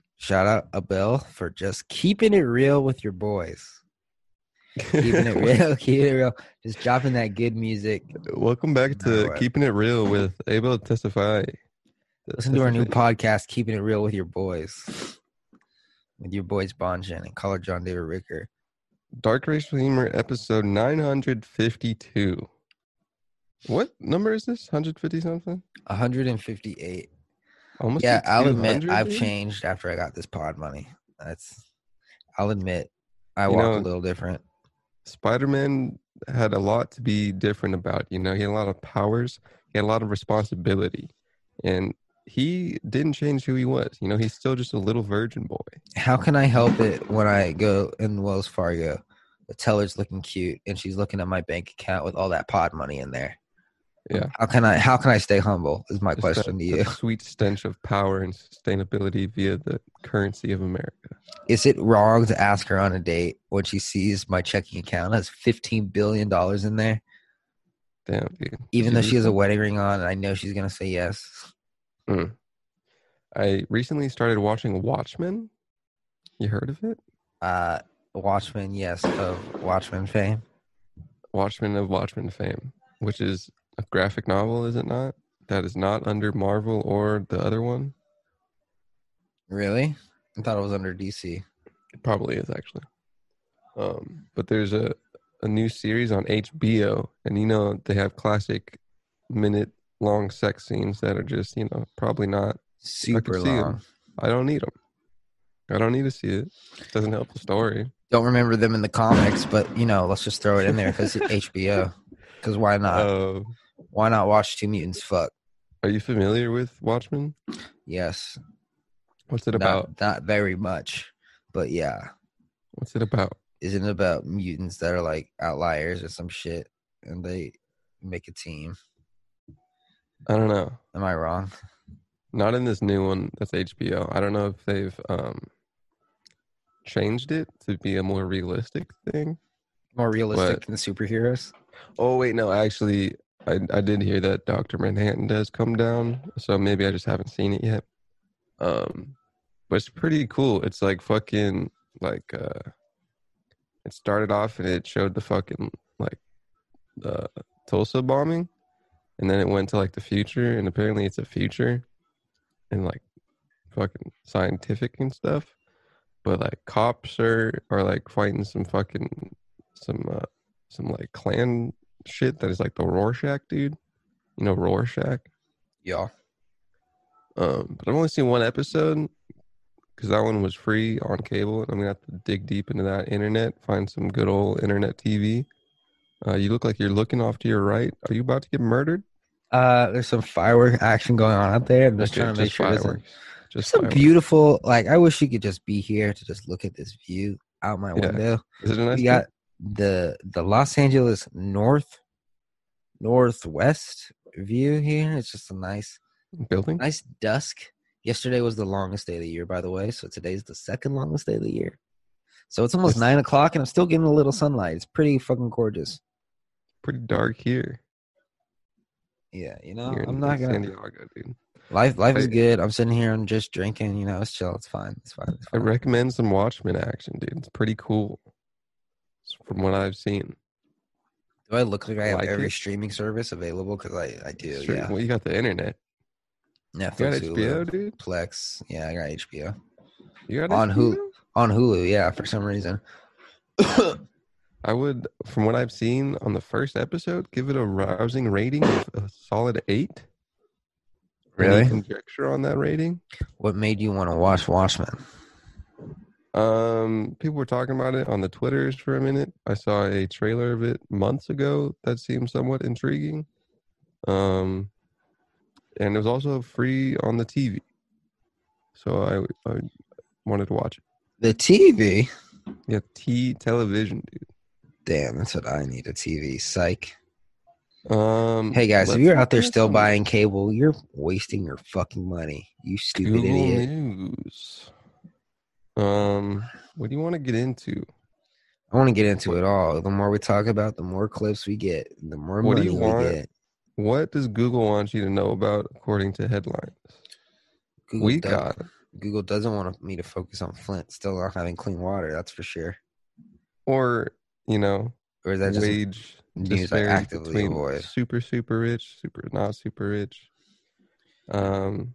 [SPEAKER 1] Shout out Abel for just keeping it real with your boys. Keeping [LAUGHS]
[SPEAKER 2] [LAUGHS]
[SPEAKER 1] it real, keeping it real. Just dropping that good music.
[SPEAKER 2] Welcome back
[SPEAKER 1] No
[SPEAKER 2] to
[SPEAKER 1] way.
[SPEAKER 2] Keeping It Real with Able to Testify.
[SPEAKER 1] Listen to our new [LAUGHS]
[SPEAKER 2] Testify.
[SPEAKER 1] podcast, Keeping It Real with Your Boys. With your boys Bonjan and caller John David Ricker.
[SPEAKER 2] Dark Racial Humor episode 952. What number is this? 150 something?
[SPEAKER 1] 158.
[SPEAKER 2] Almost.
[SPEAKER 1] yeah,
[SPEAKER 2] hit
[SPEAKER 1] I'll admit
[SPEAKER 2] 200,
[SPEAKER 1] I've
[SPEAKER 2] dude.
[SPEAKER 1] changed after I got this pod money. That's I'll admit I
[SPEAKER 2] You
[SPEAKER 1] walk
[SPEAKER 2] know-
[SPEAKER 1] a little different.
[SPEAKER 2] Spider-Man had a lot to be different about. You know, he had a lot of powers. He had a lot of responsibility, and he didn't change who he was. You know, he's still just a little virgin boy.
[SPEAKER 1] How can I help it when I go in Wells Fargo? The teller's looking cute and she's looking at my bank account with all that pod money in there.
[SPEAKER 2] Yeah.
[SPEAKER 1] How can I how can I stay humble is my
[SPEAKER 2] Just that-
[SPEAKER 1] question to
[SPEAKER 2] that
[SPEAKER 1] you.
[SPEAKER 2] sweet stench of power and sustainability via the currency of America.
[SPEAKER 1] Is it wrong to ask her on a date when she sees my checking account has fifteen billion dollars in there?
[SPEAKER 2] Damn, dude.
[SPEAKER 1] Even though she has a
[SPEAKER 2] Seriously?
[SPEAKER 1] wedding ring on and I know she's gonna say yes.
[SPEAKER 2] I recently started watching Watchmen. You heard of it?
[SPEAKER 1] Uh Watchmen, yes, of Watchmen fame.
[SPEAKER 2] Watchmen of Watchmen fame, which is a graphic novel, is it not? That is not under Marvel or the other one.
[SPEAKER 1] Really? I thought it was under DC.
[SPEAKER 2] It probably is actually. Um, but there's a a new series on HBO, and you know they have classic minute long sex scenes that are just, you know, probably not.
[SPEAKER 1] Super
[SPEAKER 2] see it.
[SPEAKER 1] long.
[SPEAKER 2] I don't need them. I don't need to see it. Doesn't help the story.
[SPEAKER 1] Don't remember them in the comics, but you know, let's just throw it in there
[SPEAKER 2] [LAUGHS]
[SPEAKER 1] because it's HBO. Because why not?
[SPEAKER 2] Uh,
[SPEAKER 1] why not watch Two Mutants Fuck?
[SPEAKER 2] are you familiar with Watchmen?
[SPEAKER 1] Yes,
[SPEAKER 2] What's it
[SPEAKER 1] not,
[SPEAKER 2] about?
[SPEAKER 1] not very much, but yeah,
[SPEAKER 2] What's it about?
[SPEAKER 1] isn't it about mutants that are like outliers or some shit, and they make a team.
[SPEAKER 2] I don't know.
[SPEAKER 1] Am I wrong?
[SPEAKER 2] Not in this new one that's HBO. I don't know if they've um changed it to be a more realistic thing.
[SPEAKER 1] More realistic
[SPEAKER 2] What?
[SPEAKER 1] than superheroes.
[SPEAKER 2] Oh wait, no, actually I I did hear that Dr. Manhattan does come down, so maybe I just haven't seen it yet. Um but it's pretty cool. It's like fucking like uh it started off and it showed the fucking like the Tulsa bombing and then it went to like the future and apparently it's a future and like fucking scientific and stuff. But like cops are are like fighting some fucking some uh some like clan shit that is like the Rorschach dude. You know Rorschach.
[SPEAKER 1] Yeah,
[SPEAKER 2] Um, but I've only seen one episode because that one was free on cable, and I'm gonna have to dig deep into that internet, find some good old internet TV. Uh, you look like you're looking off to your right. Are you about to get murdered?
[SPEAKER 1] uh, there's some firework action going on out there. I'm just
[SPEAKER 2] Okay,
[SPEAKER 1] trying to make sure it doesn't
[SPEAKER 2] fireworks. Just
[SPEAKER 1] some
[SPEAKER 2] fireworks.
[SPEAKER 1] beautiful like i wish you could just be here to just look at this view out my
[SPEAKER 2] Yeah.
[SPEAKER 1] window
[SPEAKER 2] Is it a nice?
[SPEAKER 1] we got the the los angeles north northwest view here it's just a nice
[SPEAKER 2] building?
[SPEAKER 1] nice dusk yesterday was the longest day of the year by the way so today's the second longest day of the year so it's almost
[SPEAKER 2] That's-
[SPEAKER 1] nine o'clock and i'm still getting a little sunlight it's pretty fucking gorgeous
[SPEAKER 2] Pretty dark here.
[SPEAKER 1] yeah you know
[SPEAKER 2] here
[SPEAKER 1] i'm
[SPEAKER 2] in
[SPEAKER 1] not
[SPEAKER 2] San
[SPEAKER 1] gonna
[SPEAKER 2] Diego, dude.
[SPEAKER 1] life life is
[SPEAKER 2] I-
[SPEAKER 1] good i'm sitting here i'm just drinking you know it's chill it's fine it's fine, it's
[SPEAKER 2] I
[SPEAKER 1] fine.
[SPEAKER 2] recommend some Watchmen action, dude. It's pretty cool. It's from what I've seen.
[SPEAKER 1] Do I look like I have
[SPEAKER 2] Like
[SPEAKER 1] every
[SPEAKER 2] it?
[SPEAKER 1] streaming service available? Because I, I do.
[SPEAKER 2] Sure.
[SPEAKER 1] Yeah.
[SPEAKER 2] Well, you got the internet. You got
[SPEAKER 1] Netflix,
[SPEAKER 2] HBO,
[SPEAKER 1] Hulu,
[SPEAKER 2] dude.
[SPEAKER 1] Plex. Yeah, I got HBO
[SPEAKER 2] You got
[SPEAKER 1] On
[SPEAKER 2] HBO?
[SPEAKER 1] Hulu. on Hulu. Yeah, for some reason.
[SPEAKER 2] I would, from what I've seen on the first episode, give it a rousing rating of a solid eight. Any conjecture on that rating?
[SPEAKER 1] What made you want to watch Watchmen?
[SPEAKER 2] Um, people were talking about it on the Twitters for a minute. I saw a trailer of it months ago that seemed somewhat intriguing. Um, and it was also free on the TV, so I, I wanted to watch it.
[SPEAKER 1] The TV.
[SPEAKER 2] Yeah, T television, dude.
[SPEAKER 1] Damn, that's what I need. A TV. Psych.
[SPEAKER 2] Um,
[SPEAKER 1] Hey guys, if
[SPEAKER 2] let's
[SPEAKER 1] you're
[SPEAKER 2] look
[SPEAKER 1] out there
[SPEAKER 2] at
[SPEAKER 1] still
[SPEAKER 2] some
[SPEAKER 1] buying cable, you're wasting your fucking money. You stupid
[SPEAKER 2] Google
[SPEAKER 1] idiot.
[SPEAKER 2] News. Um, what do you want to get into?
[SPEAKER 1] I want to get into it all. The more we talk about, the more clips we get, the more
[SPEAKER 2] What do
[SPEAKER 1] money
[SPEAKER 2] you
[SPEAKER 1] we
[SPEAKER 2] want?
[SPEAKER 1] get.
[SPEAKER 2] What does Google want you to know about according to headlines?
[SPEAKER 1] Google
[SPEAKER 2] we
[SPEAKER 1] does-
[SPEAKER 2] got.
[SPEAKER 1] Google doesn't want me to focus on Flint still not having clean water. That's for sure.
[SPEAKER 2] Or, you know,
[SPEAKER 1] Or is that just
[SPEAKER 2] wage
[SPEAKER 1] news I
[SPEAKER 2] disparities
[SPEAKER 1] actively
[SPEAKER 2] between
[SPEAKER 1] avoid.
[SPEAKER 2] super, super rich, super not super rich. Um,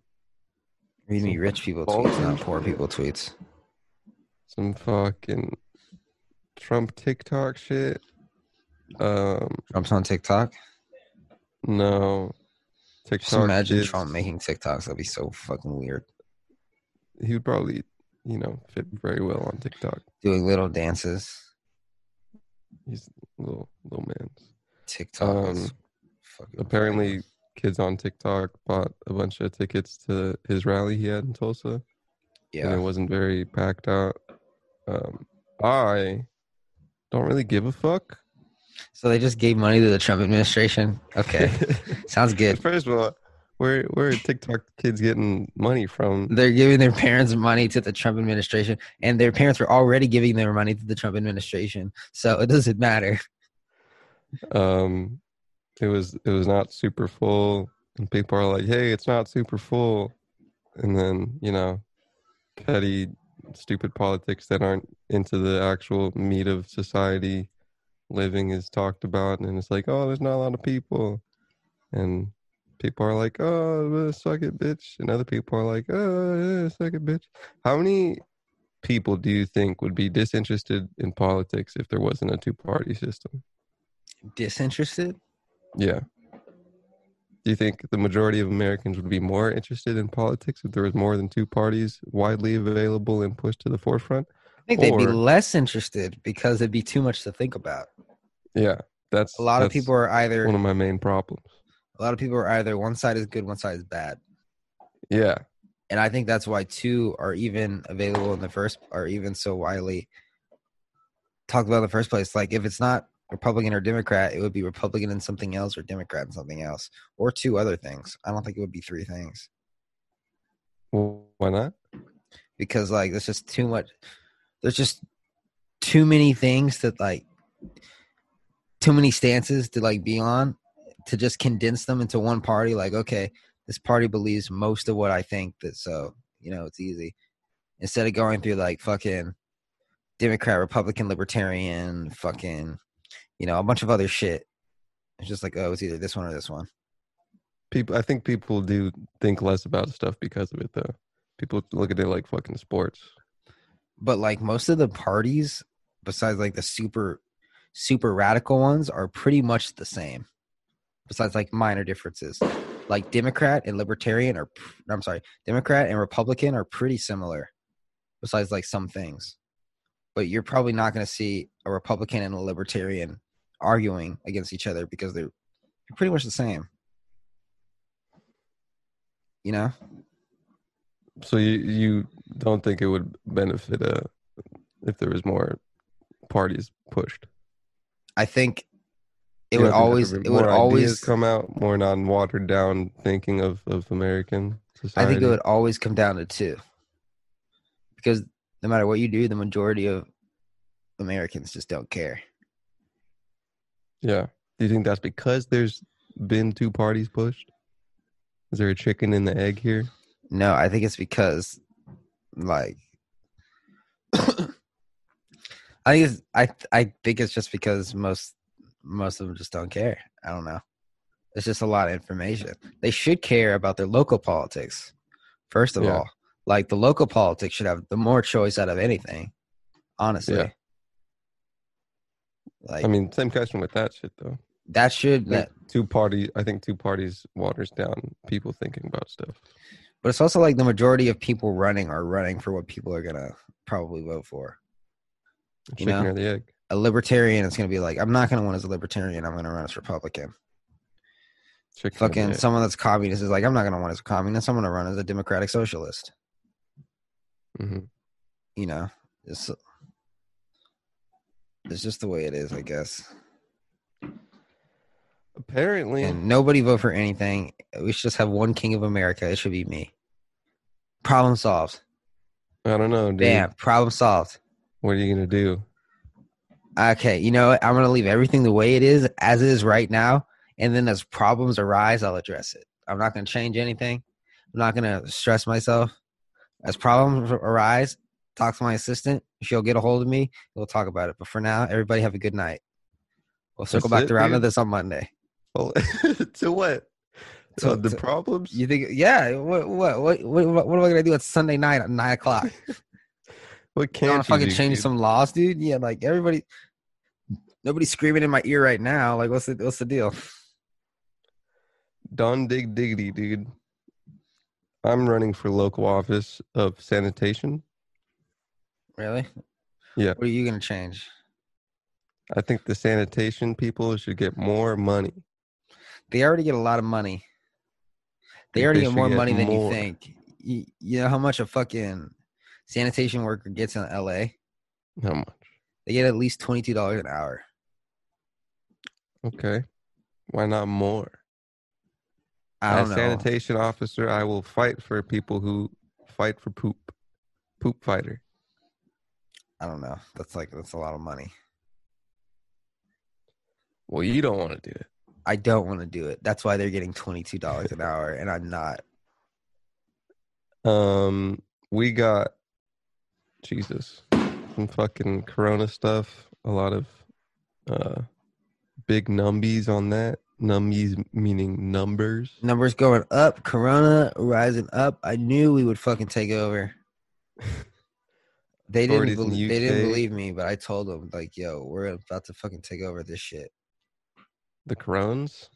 [SPEAKER 1] read me
[SPEAKER 2] some
[SPEAKER 1] rich people
[SPEAKER 2] balls
[SPEAKER 1] tweets, not
[SPEAKER 2] and
[SPEAKER 1] poor
[SPEAKER 2] shit.
[SPEAKER 1] people tweets?
[SPEAKER 2] some fucking Trump TikTok shit. Um,
[SPEAKER 1] Trump's on TikTok.
[SPEAKER 2] no. TikTok.
[SPEAKER 1] Just imagine
[SPEAKER 2] is-
[SPEAKER 1] Trump making TikToks. That'd be so fucking weird.
[SPEAKER 2] He would probably, you know, fit very well on TikTok.
[SPEAKER 1] Doing little dances.
[SPEAKER 2] He's little little man.
[SPEAKER 1] TikTok is
[SPEAKER 2] Um,
[SPEAKER 1] fucking
[SPEAKER 2] Apparently, kids on TikTok bought a bunch of tickets to his rally he had in Tulsa, and it
[SPEAKER 1] yeah.
[SPEAKER 2] wasn't very packed out. Um, I don't really give a fuck.
[SPEAKER 1] So they just gave money to the Trump administration.
[SPEAKER 2] [LAUGHS]
[SPEAKER 1] Okay, sounds good.
[SPEAKER 2] First of all, where where are TikTok kids getting money from?
[SPEAKER 1] They're giving their parents money to the Trump administration, and their parents were already giving their money to the Trump administration. So it doesn't matter.
[SPEAKER 2] Um, it was it was not super full, and people are like, "Hey, it's not super full," and then you know, petty, stupid politics that aren't into the actual meat of society living is talked about, and it's like, "Oh, there's not a lot of people," and people are like, "Oh, uh, suck it, bitch," and other people are like, "Oh, yeah, suck it, bitch." How many people do you think would be disinterested in politics if there wasn't a two-party system?
[SPEAKER 1] Disinterested?
[SPEAKER 2] Yeah. Do you think the majority of Americans would be more interested in politics if there was more than two parties widely available and pushed to the forefront?
[SPEAKER 1] I think they'd be
[SPEAKER 2] Or-
[SPEAKER 1] less interested because it'd be too much to think about.
[SPEAKER 2] Yeah, that's
[SPEAKER 1] A lot of
[SPEAKER 2] that's
[SPEAKER 1] people are either
[SPEAKER 2] one of my main problems.
[SPEAKER 1] a lot of people are either one side is good, one side is bad.
[SPEAKER 2] Yeah,
[SPEAKER 1] And I think that's why two are even available in the first are even so widely talked about in the first place. Like if it's not Republican or Democrat, it would be Republican and something else or Democrat and something else. Or two other things. I don't think it would be three things.
[SPEAKER 2] well, why not?
[SPEAKER 1] because like there's just too much there's just too many things that like too many stances to like be on to just condense them into one party like okay this party believes most of what i think that so you know it's easy instead of going through like fucking democrat republican libertarian fucking you know a bunch of other shit it's just like oh it's either this one or this one
[SPEAKER 2] People, I think people do think less about stuff because of it, though. People look at it like fucking sports.
[SPEAKER 1] but like most of the parties besides like the super super radical ones are pretty much the same besides like minor differences like democrat and libertarian are pr- i'm sorry democrat and republican are pretty similar besides like some things but you're probably not going to see a republican and a libertarian arguing against each other because they're pretty much the same you know
[SPEAKER 2] So you you don't think it would benefit uh, if there was more parties pushed?
[SPEAKER 1] i think it
[SPEAKER 2] You
[SPEAKER 1] would
[SPEAKER 2] don't think that
[SPEAKER 1] always
[SPEAKER 2] there
[SPEAKER 1] it
[SPEAKER 2] be
[SPEAKER 1] would
[SPEAKER 2] more
[SPEAKER 1] always
[SPEAKER 2] ideas come out more non watered down thinking of of American
[SPEAKER 1] I
[SPEAKER 2] society.
[SPEAKER 1] think it would always come down to two. Because no matter what you do, the majority of Americans just don't care.
[SPEAKER 2] Yeah. Do you think that's because there's been two parties pushed? Is there a chicken and the egg here?
[SPEAKER 1] No, I think it's because, like, [COUGHS] I think it's, I I think it's just because most most of them just don't care. I don't know. It's just a lot of information. They should care about their local politics first of
[SPEAKER 2] Yeah.
[SPEAKER 1] all. Like the local politics should have the more choice out of anything. Honestly,
[SPEAKER 2] Yeah.
[SPEAKER 1] like
[SPEAKER 2] I mean, same question with that shit though.
[SPEAKER 1] that should
[SPEAKER 2] I
[SPEAKER 1] that,
[SPEAKER 2] think two party, I think two parties waters down people thinking about stuff.
[SPEAKER 1] But it's also like the majority of people running are running for what people are gonna probably vote for.
[SPEAKER 2] The
[SPEAKER 1] You
[SPEAKER 2] Chicken
[SPEAKER 1] know?
[SPEAKER 2] or the egg?
[SPEAKER 1] A libertarian is gonna be like, I'm not gonna run as a libertarian. I'm gonna run as Republican.
[SPEAKER 2] Chicken or the
[SPEAKER 1] Fucking
[SPEAKER 2] egg.
[SPEAKER 1] someone that's communist is like, I'm not gonna run as a communist. I'm gonna run as a democratic socialist.
[SPEAKER 2] Mhm.
[SPEAKER 1] You know, it's it's just the way it is, I guess.
[SPEAKER 2] Apparently,
[SPEAKER 1] And nobody vote for anything. We should just have one king of America. It should be me. Problem solved.
[SPEAKER 2] I don't know, dude.
[SPEAKER 1] Bam. Problem solved.
[SPEAKER 2] What are you gonna do?
[SPEAKER 1] Okay, you know what? I'm gonna leave everything the way it is, as it is right now, and then as problems arise, I'll address it. I'm not gonna change anything. I'm not gonna stress myself. As problems arise, talk to my assistant. She'll get a hold of me. We'll talk about it. But for now, everybody have a good night. We'll circle
[SPEAKER 2] That's
[SPEAKER 1] back
[SPEAKER 2] it,
[SPEAKER 1] around to
[SPEAKER 2] dude.
[SPEAKER 1] this on Monday.
[SPEAKER 2] Well, [LAUGHS] to what?
[SPEAKER 1] To-
[SPEAKER 2] To, the
[SPEAKER 1] to-
[SPEAKER 2] problems?
[SPEAKER 1] You think? Yeah. What? What? What? What, what am I gonna do on Sunday night at nine
[SPEAKER 2] [LAUGHS]
[SPEAKER 1] o'clock?
[SPEAKER 2] what
[SPEAKER 1] You
[SPEAKER 2] can't
[SPEAKER 1] want to fucking
[SPEAKER 2] do,
[SPEAKER 1] change
[SPEAKER 2] dude?
[SPEAKER 1] some laws, dude? Yeah. Like everybody, nobody's screaming in my ear right now. Like, what's the what's the deal?
[SPEAKER 2] Don Dig Diggity, dude. I'm running for local office of sanitation.
[SPEAKER 1] Really?
[SPEAKER 2] Yeah.
[SPEAKER 1] What are you gonna change?
[SPEAKER 2] I think the sanitation people should get more money.
[SPEAKER 1] They already get a lot of money. They
[SPEAKER 2] They
[SPEAKER 1] already get
[SPEAKER 2] should
[SPEAKER 1] more
[SPEAKER 2] get
[SPEAKER 1] money than you
[SPEAKER 2] more.
[SPEAKER 1] think. You, you know how much a fucking sanitation worker gets in LA?
[SPEAKER 2] How much?
[SPEAKER 1] They get at least twenty two dollars an hour.
[SPEAKER 2] Okay. Why not more?
[SPEAKER 1] I don't
[SPEAKER 2] As
[SPEAKER 1] know.
[SPEAKER 2] sanitation officer, I will fight for people who fight for poop. Poop fighter.
[SPEAKER 1] I don't know. That's like that's a lot of money.
[SPEAKER 2] Well, you don't want to do it.
[SPEAKER 1] I don't want to do it. That's why they're getting twenty two dollars an hour, and I'm not.
[SPEAKER 2] Um, we got Jesus, some fucking Corona stuff. A lot of uh, big numbies on that. Numbies meaning numbers.
[SPEAKER 1] Numbers going up. Corona rising up. I knew we would fucking take
[SPEAKER 2] [LAUGHS]
[SPEAKER 1] over. They didn't.
[SPEAKER 2] Authorities in the
[SPEAKER 1] Believe, they didn't
[SPEAKER 2] UK.
[SPEAKER 1] believe me, but I told them like, "Yo, we're about to fucking take over this shit."
[SPEAKER 2] The Corones.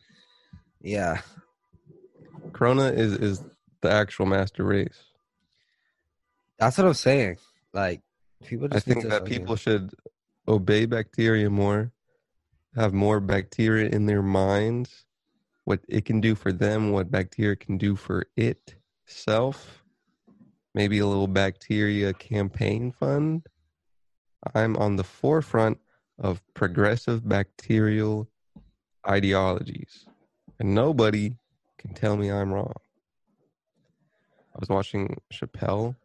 [SPEAKER 1] Yeah.
[SPEAKER 2] Corona is is the actual master race.
[SPEAKER 1] That's what I'm saying. Like people
[SPEAKER 2] I
[SPEAKER 1] just need
[SPEAKER 2] think
[SPEAKER 1] to
[SPEAKER 2] that
[SPEAKER 1] fucking-
[SPEAKER 2] people should obey bacteria more, have more bacteria in their minds, what it can do for them, what bacteria can do for itself. Maybe a little bacteria campaign fund. I'm on the forefront of progressive bacterial ideologies, and nobody can tell me I'm wrong. I was watching Chappelle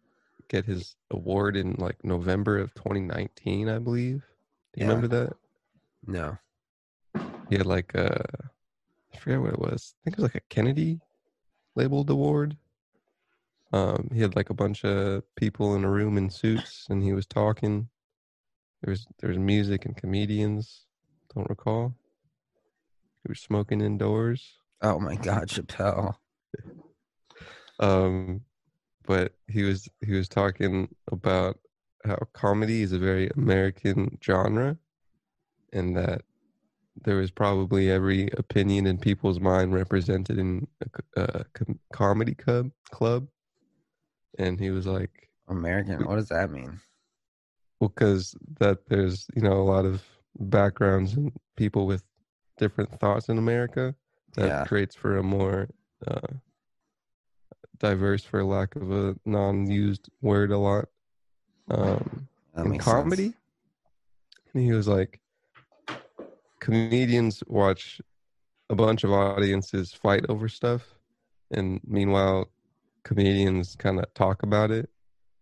[SPEAKER 2] get his award in like November of 2019, I believe. Do
[SPEAKER 1] Yeah.
[SPEAKER 2] you remember that?
[SPEAKER 1] No.
[SPEAKER 2] He had like a, I forget what it was. I think it was like a Kennedy labeled award. Um, he had like a bunch of people in a room in suits, and he was talking. There was there was music and comedians. Don't recall. He was smoking indoors.
[SPEAKER 1] Oh my God, Chappelle.
[SPEAKER 2] um but he was he was talking about how comedy is a very american genre and that there was probably every opinion in people's mind represented in a, c- a com- comedy club club and he was like
[SPEAKER 1] American. What does that mean?
[SPEAKER 2] well because that there's you know a lot of backgrounds and people with different thoughts in america that
[SPEAKER 1] Yeah.
[SPEAKER 2] creates for a more uh, diverse, for lack of a non-used word, a lot. Um,
[SPEAKER 1] That
[SPEAKER 2] in
[SPEAKER 1] makes sense.
[SPEAKER 2] comedy, and he was like, comedians watch a bunch of audiences fight over stuff, and meanwhile, comedians kind of talk about it.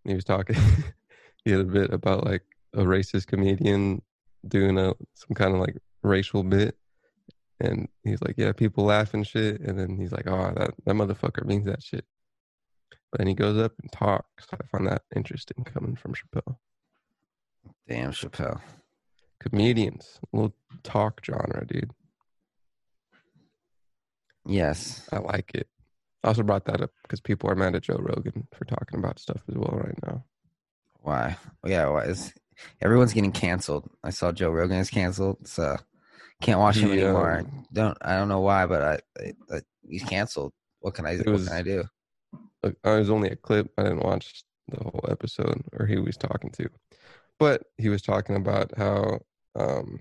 [SPEAKER 2] And he was talking, [LAUGHS] he had a bit about like a racist comedian doing a some kind of like racial bit. And he's like, yeah, people laugh and shit. And then he's like, oh, that, that motherfucker means that shit. But then he goes up and talks. I find that interesting coming from Chappelle.
[SPEAKER 1] Damn, Chappelle.
[SPEAKER 2] Comedians, little talk genre, dude.
[SPEAKER 1] Yes.
[SPEAKER 2] I like it. I also brought that up because people are mad at Joe Rogan for talking about stuff as well right now.
[SPEAKER 1] Why? Yeah. Why is everyone's getting canceled? I saw Joe Rogan is canceled, so can't watch him
[SPEAKER 2] He,
[SPEAKER 1] anymore.
[SPEAKER 2] um,
[SPEAKER 1] Don't. I don't know why, but I, I, I he's canceled. What can I?
[SPEAKER 2] It
[SPEAKER 1] What
[SPEAKER 2] was-
[SPEAKER 1] can I do?
[SPEAKER 2] Like, I was uh, only a clip. I didn't watch the whole episode or who he was talking to, but he was talking about how um,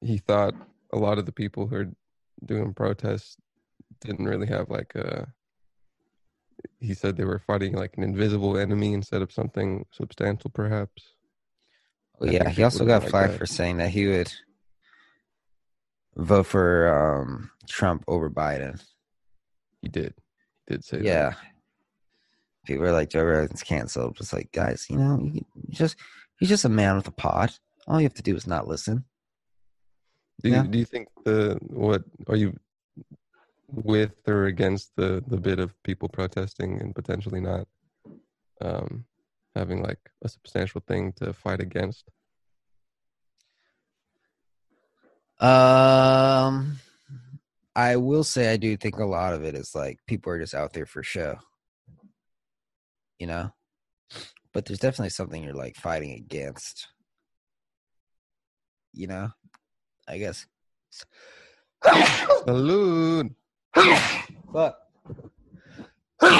[SPEAKER 2] he thought a lot of the people who are doing protests didn't really have like a. He said they were fighting like an invisible enemy instead of something substantial, perhaps.
[SPEAKER 1] Well,
[SPEAKER 2] I
[SPEAKER 1] yeah,
[SPEAKER 2] think
[SPEAKER 1] he
[SPEAKER 2] it
[SPEAKER 1] also
[SPEAKER 2] would've
[SPEAKER 1] got
[SPEAKER 2] been like
[SPEAKER 1] flack
[SPEAKER 2] that.
[SPEAKER 1] for saying that he would vote for um, Trump over Biden.
[SPEAKER 2] He did. He did say that.
[SPEAKER 1] Yeah. People are like, Joe Rogan's canceled. It's like, guys, you know, you can- you just he's just a man with a pod. All you have to do is not listen.
[SPEAKER 2] Do you,
[SPEAKER 1] Yeah.
[SPEAKER 2] do you think the what are you with or against the the bit of people protesting and potentially not um having like a substantial thing to fight against?
[SPEAKER 1] Um, I will say I do think a lot of it is like people are just out there for show, you know. But there's definitely something you're like fighting against, you know. I guess.
[SPEAKER 2] Salute.
[SPEAKER 1] But [COUGHS]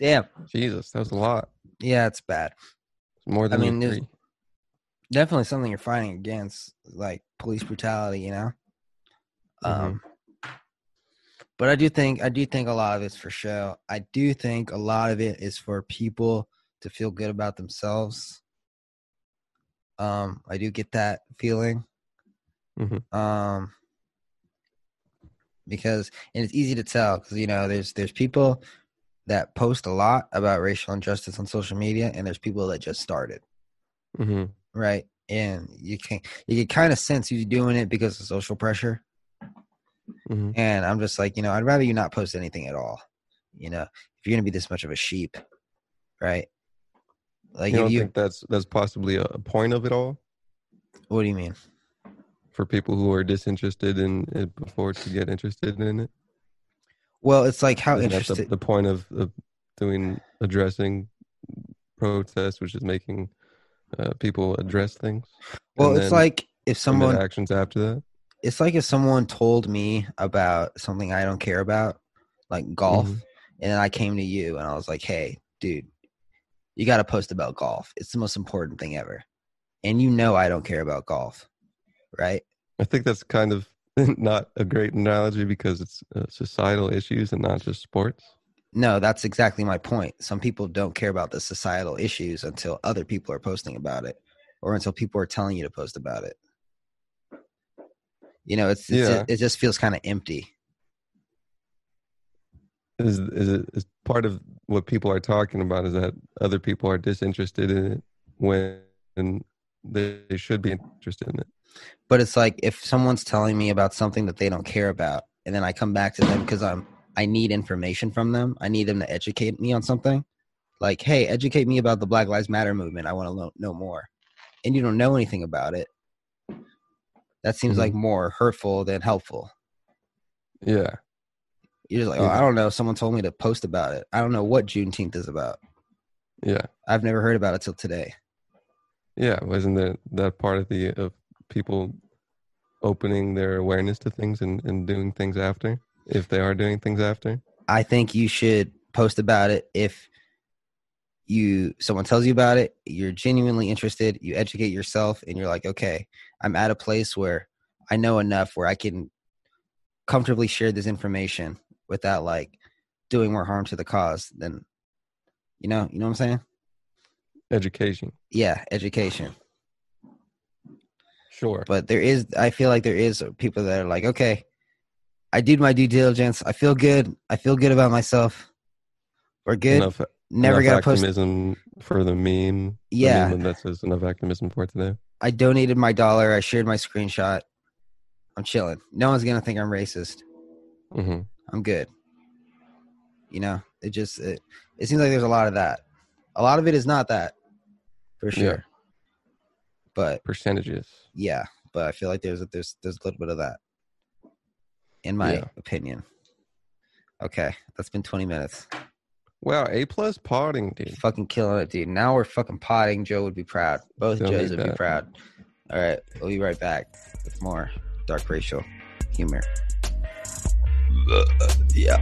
[SPEAKER 1] damn,
[SPEAKER 2] Jesus, that was a lot.
[SPEAKER 1] yeah, it's bad.
[SPEAKER 2] It's more than
[SPEAKER 1] mean,
[SPEAKER 2] you
[SPEAKER 1] there's-
[SPEAKER 2] agree.
[SPEAKER 1] Definitely something you're fighting against, like police brutality, you know.
[SPEAKER 2] Mm-hmm.
[SPEAKER 1] Um, but I do think I do think a lot of it's for show. I do think a lot of it is for people to feel good about themselves. Um, I do get that feeling.
[SPEAKER 2] Mhm.
[SPEAKER 1] Um, because and it's easy to tell because you know there's there's people that post a lot about racial injustice on social media, and there's people that just started
[SPEAKER 2] hmm
[SPEAKER 1] right? And you can you can kind of sense who's doing it because of social pressure.
[SPEAKER 2] Mhm.
[SPEAKER 1] And I'm just like, you know, I'd rather you not post anything at all. You know, if you're gonna be this much of a sheep, right? Like
[SPEAKER 2] you
[SPEAKER 1] if
[SPEAKER 2] don't
[SPEAKER 1] you
[SPEAKER 2] think that's that's possibly a, a point of it all
[SPEAKER 1] what do you mean?
[SPEAKER 2] for people who are disinterested in it before to get interested in it?
[SPEAKER 1] Well, it's like how
[SPEAKER 2] Isn't that the-
[SPEAKER 1] interested
[SPEAKER 2] the, point of, of doing addressing protests, which is making uh, people address things.
[SPEAKER 1] well
[SPEAKER 2] and
[SPEAKER 1] it's
[SPEAKER 2] then
[SPEAKER 1] like if
[SPEAKER 2] commit
[SPEAKER 1] someone
[SPEAKER 2] actions after that.
[SPEAKER 1] it's like if someone told me about something I don't care about, like golf,
[SPEAKER 2] Mhm.
[SPEAKER 1] and then I came to you and I was like, "Hey, dude, you got to post about golf. It's the most important thing ever." And you know I don't care about golf, right?
[SPEAKER 2] I think that's kind of [LAUGHS] not a great analogy because it's uh, societal issues and not just sports.
[SPEAKER 1] No, that's exactly my point. Some people don't care about the societal issues until other people are posting about it or until people are telling you to post about it. You know, it's, it's
[SPEAKER 2] Yeah.
[SPEAKER 1] it just feels kind of empty.
[SPEAKER 2] Is is, it, is part of what people are talking about is that other people are disinterested in it when they they should be interested in it.
[SPEAKER 1] but it's like if someone's telling me about something that they don't care about and then i come back to them because i'm i need information from them i need them to educate me on something like hey educate me about the black lives matter movement i want to know, know more and you don't know anything about it that seems
[SPEAKER 2] Mhm.
[SPEAKER 1] like more hurtful than helpful
[SPEAKER 2] Yeah,
[SPEAKER 1] you're just like oh,
[SPEAKER 2] Yeah.
[SPEAKER 1] i don't know someone told me to post about it i don't know what juneteenth is about
[SPEAKER 2] yeah,
[SPEAKER 1] i've never heard about it till today
[SPEAKER 2] yeah. Wasn't that that part of the of people opening their awareness to things and, and doing things after if they are doing things after?
[SPEAKER 1] I think you should post about it if you someone tells you about it, you're genuinely interested, you educate yourself and you're like, okay, I'm at a place where I know enough where I can comfortably share this information without like doing more harm to the cause than you know, you know what I'm saying?
[SPEAKER 2] Education,
[SPEAKER 1] Yeah, education.
[SPEAKER 2] sure.
[SPEAKER 1] But there is I feel like there is people that are like, okay, I did my due diligence. I feel good. I feel good about myself. We're good.
[SPEAKER 2] enough
[SPEAKER 1] Never
[SPEAKER 2] enough
[SPEAKER 1] got to post
[SPEAKER 2] activism for the meme. the
[SPEAKER 1] Yeah.
[SPEAKER 2] meme that says enough activism for today.
[SPEAKER 1] I donated my dollar. I shared my screenshot. I'm chilling. No one's gonna think I'm racist.
[SPEAKER 2] hmm
[SPEAKER 1] I'm good. You know, it just it, it seems like there's a lot of that. A lot of it is not that, for sure.
[SPEAKER 2] Yeah.
[SPEAKER 1] But
[SPEAKER 2] Percentages.
[SPEAKER 1] yeah, but I feel like there's there's there's a little bit of that, in my
[SPEAKER 2] Yeah.
[SPEAKER 1] opinion. Okay, that's been 20 minutes.
[SPEAKER 2] Wow, A plus potting, dude.
[SPEAKER 1] Fucking killing it, dude. Now we're fucking potting. Joe would be proud. Both
[SPEAKER 2] Don't
[SPEAKER 1] Joes
[SPEAKER 2] need
[SPEAKER 1] would be
[SPEAKER 2] that.
[SPEAKER 1] proud. All right, we'll be right back with more dark racial humor. yeah.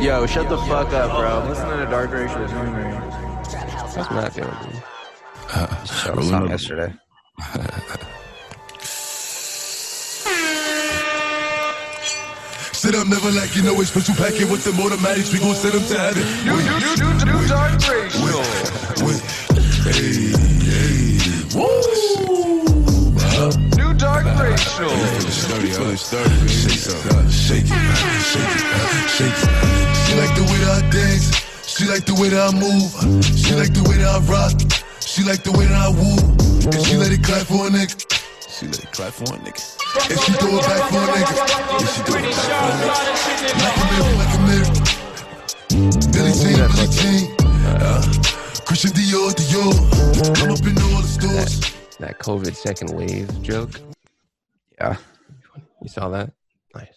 [SPEAKER 7] Yo, shut the fuck up, bro. I'm listening to Dark Racial Humor.
[SPEAKER 2] That's my feeling. dude.
[SPEAKER 1] Showed us some yesterday.
[SPEAKER 9] Sit up never like you know it's special packing with the automatics. We gon' set them to heaven.
[SPEAKER 4] New, new, new, new, new dark racial.
[SPEAKER 9] Wait, hey, hey. Woo! Huh?
[SPEAKER 4] New dark racial.
[SPEAKER 9] Feeling sturdy, feeling sturdy, baby. Shake it, shake it, shake it, shake it. She like the way that I dance. She like the way that I move. She like the way that I rock. She like the way that I woo. And she let it clap for a nigga. She let it clap for a nigga. And she throw it back for a nigga. And she throw it back for a nigga. Like a mirror, like a mirror. Billy Jean, Billy Jean. Uh, Christian Dior, Dior. I'm up in all the stores.
[SPEAKER 2] That COVID second wave joke.
[SPEAKER 1] Yeah.
[SPEAKER 2] You saw that? Nice.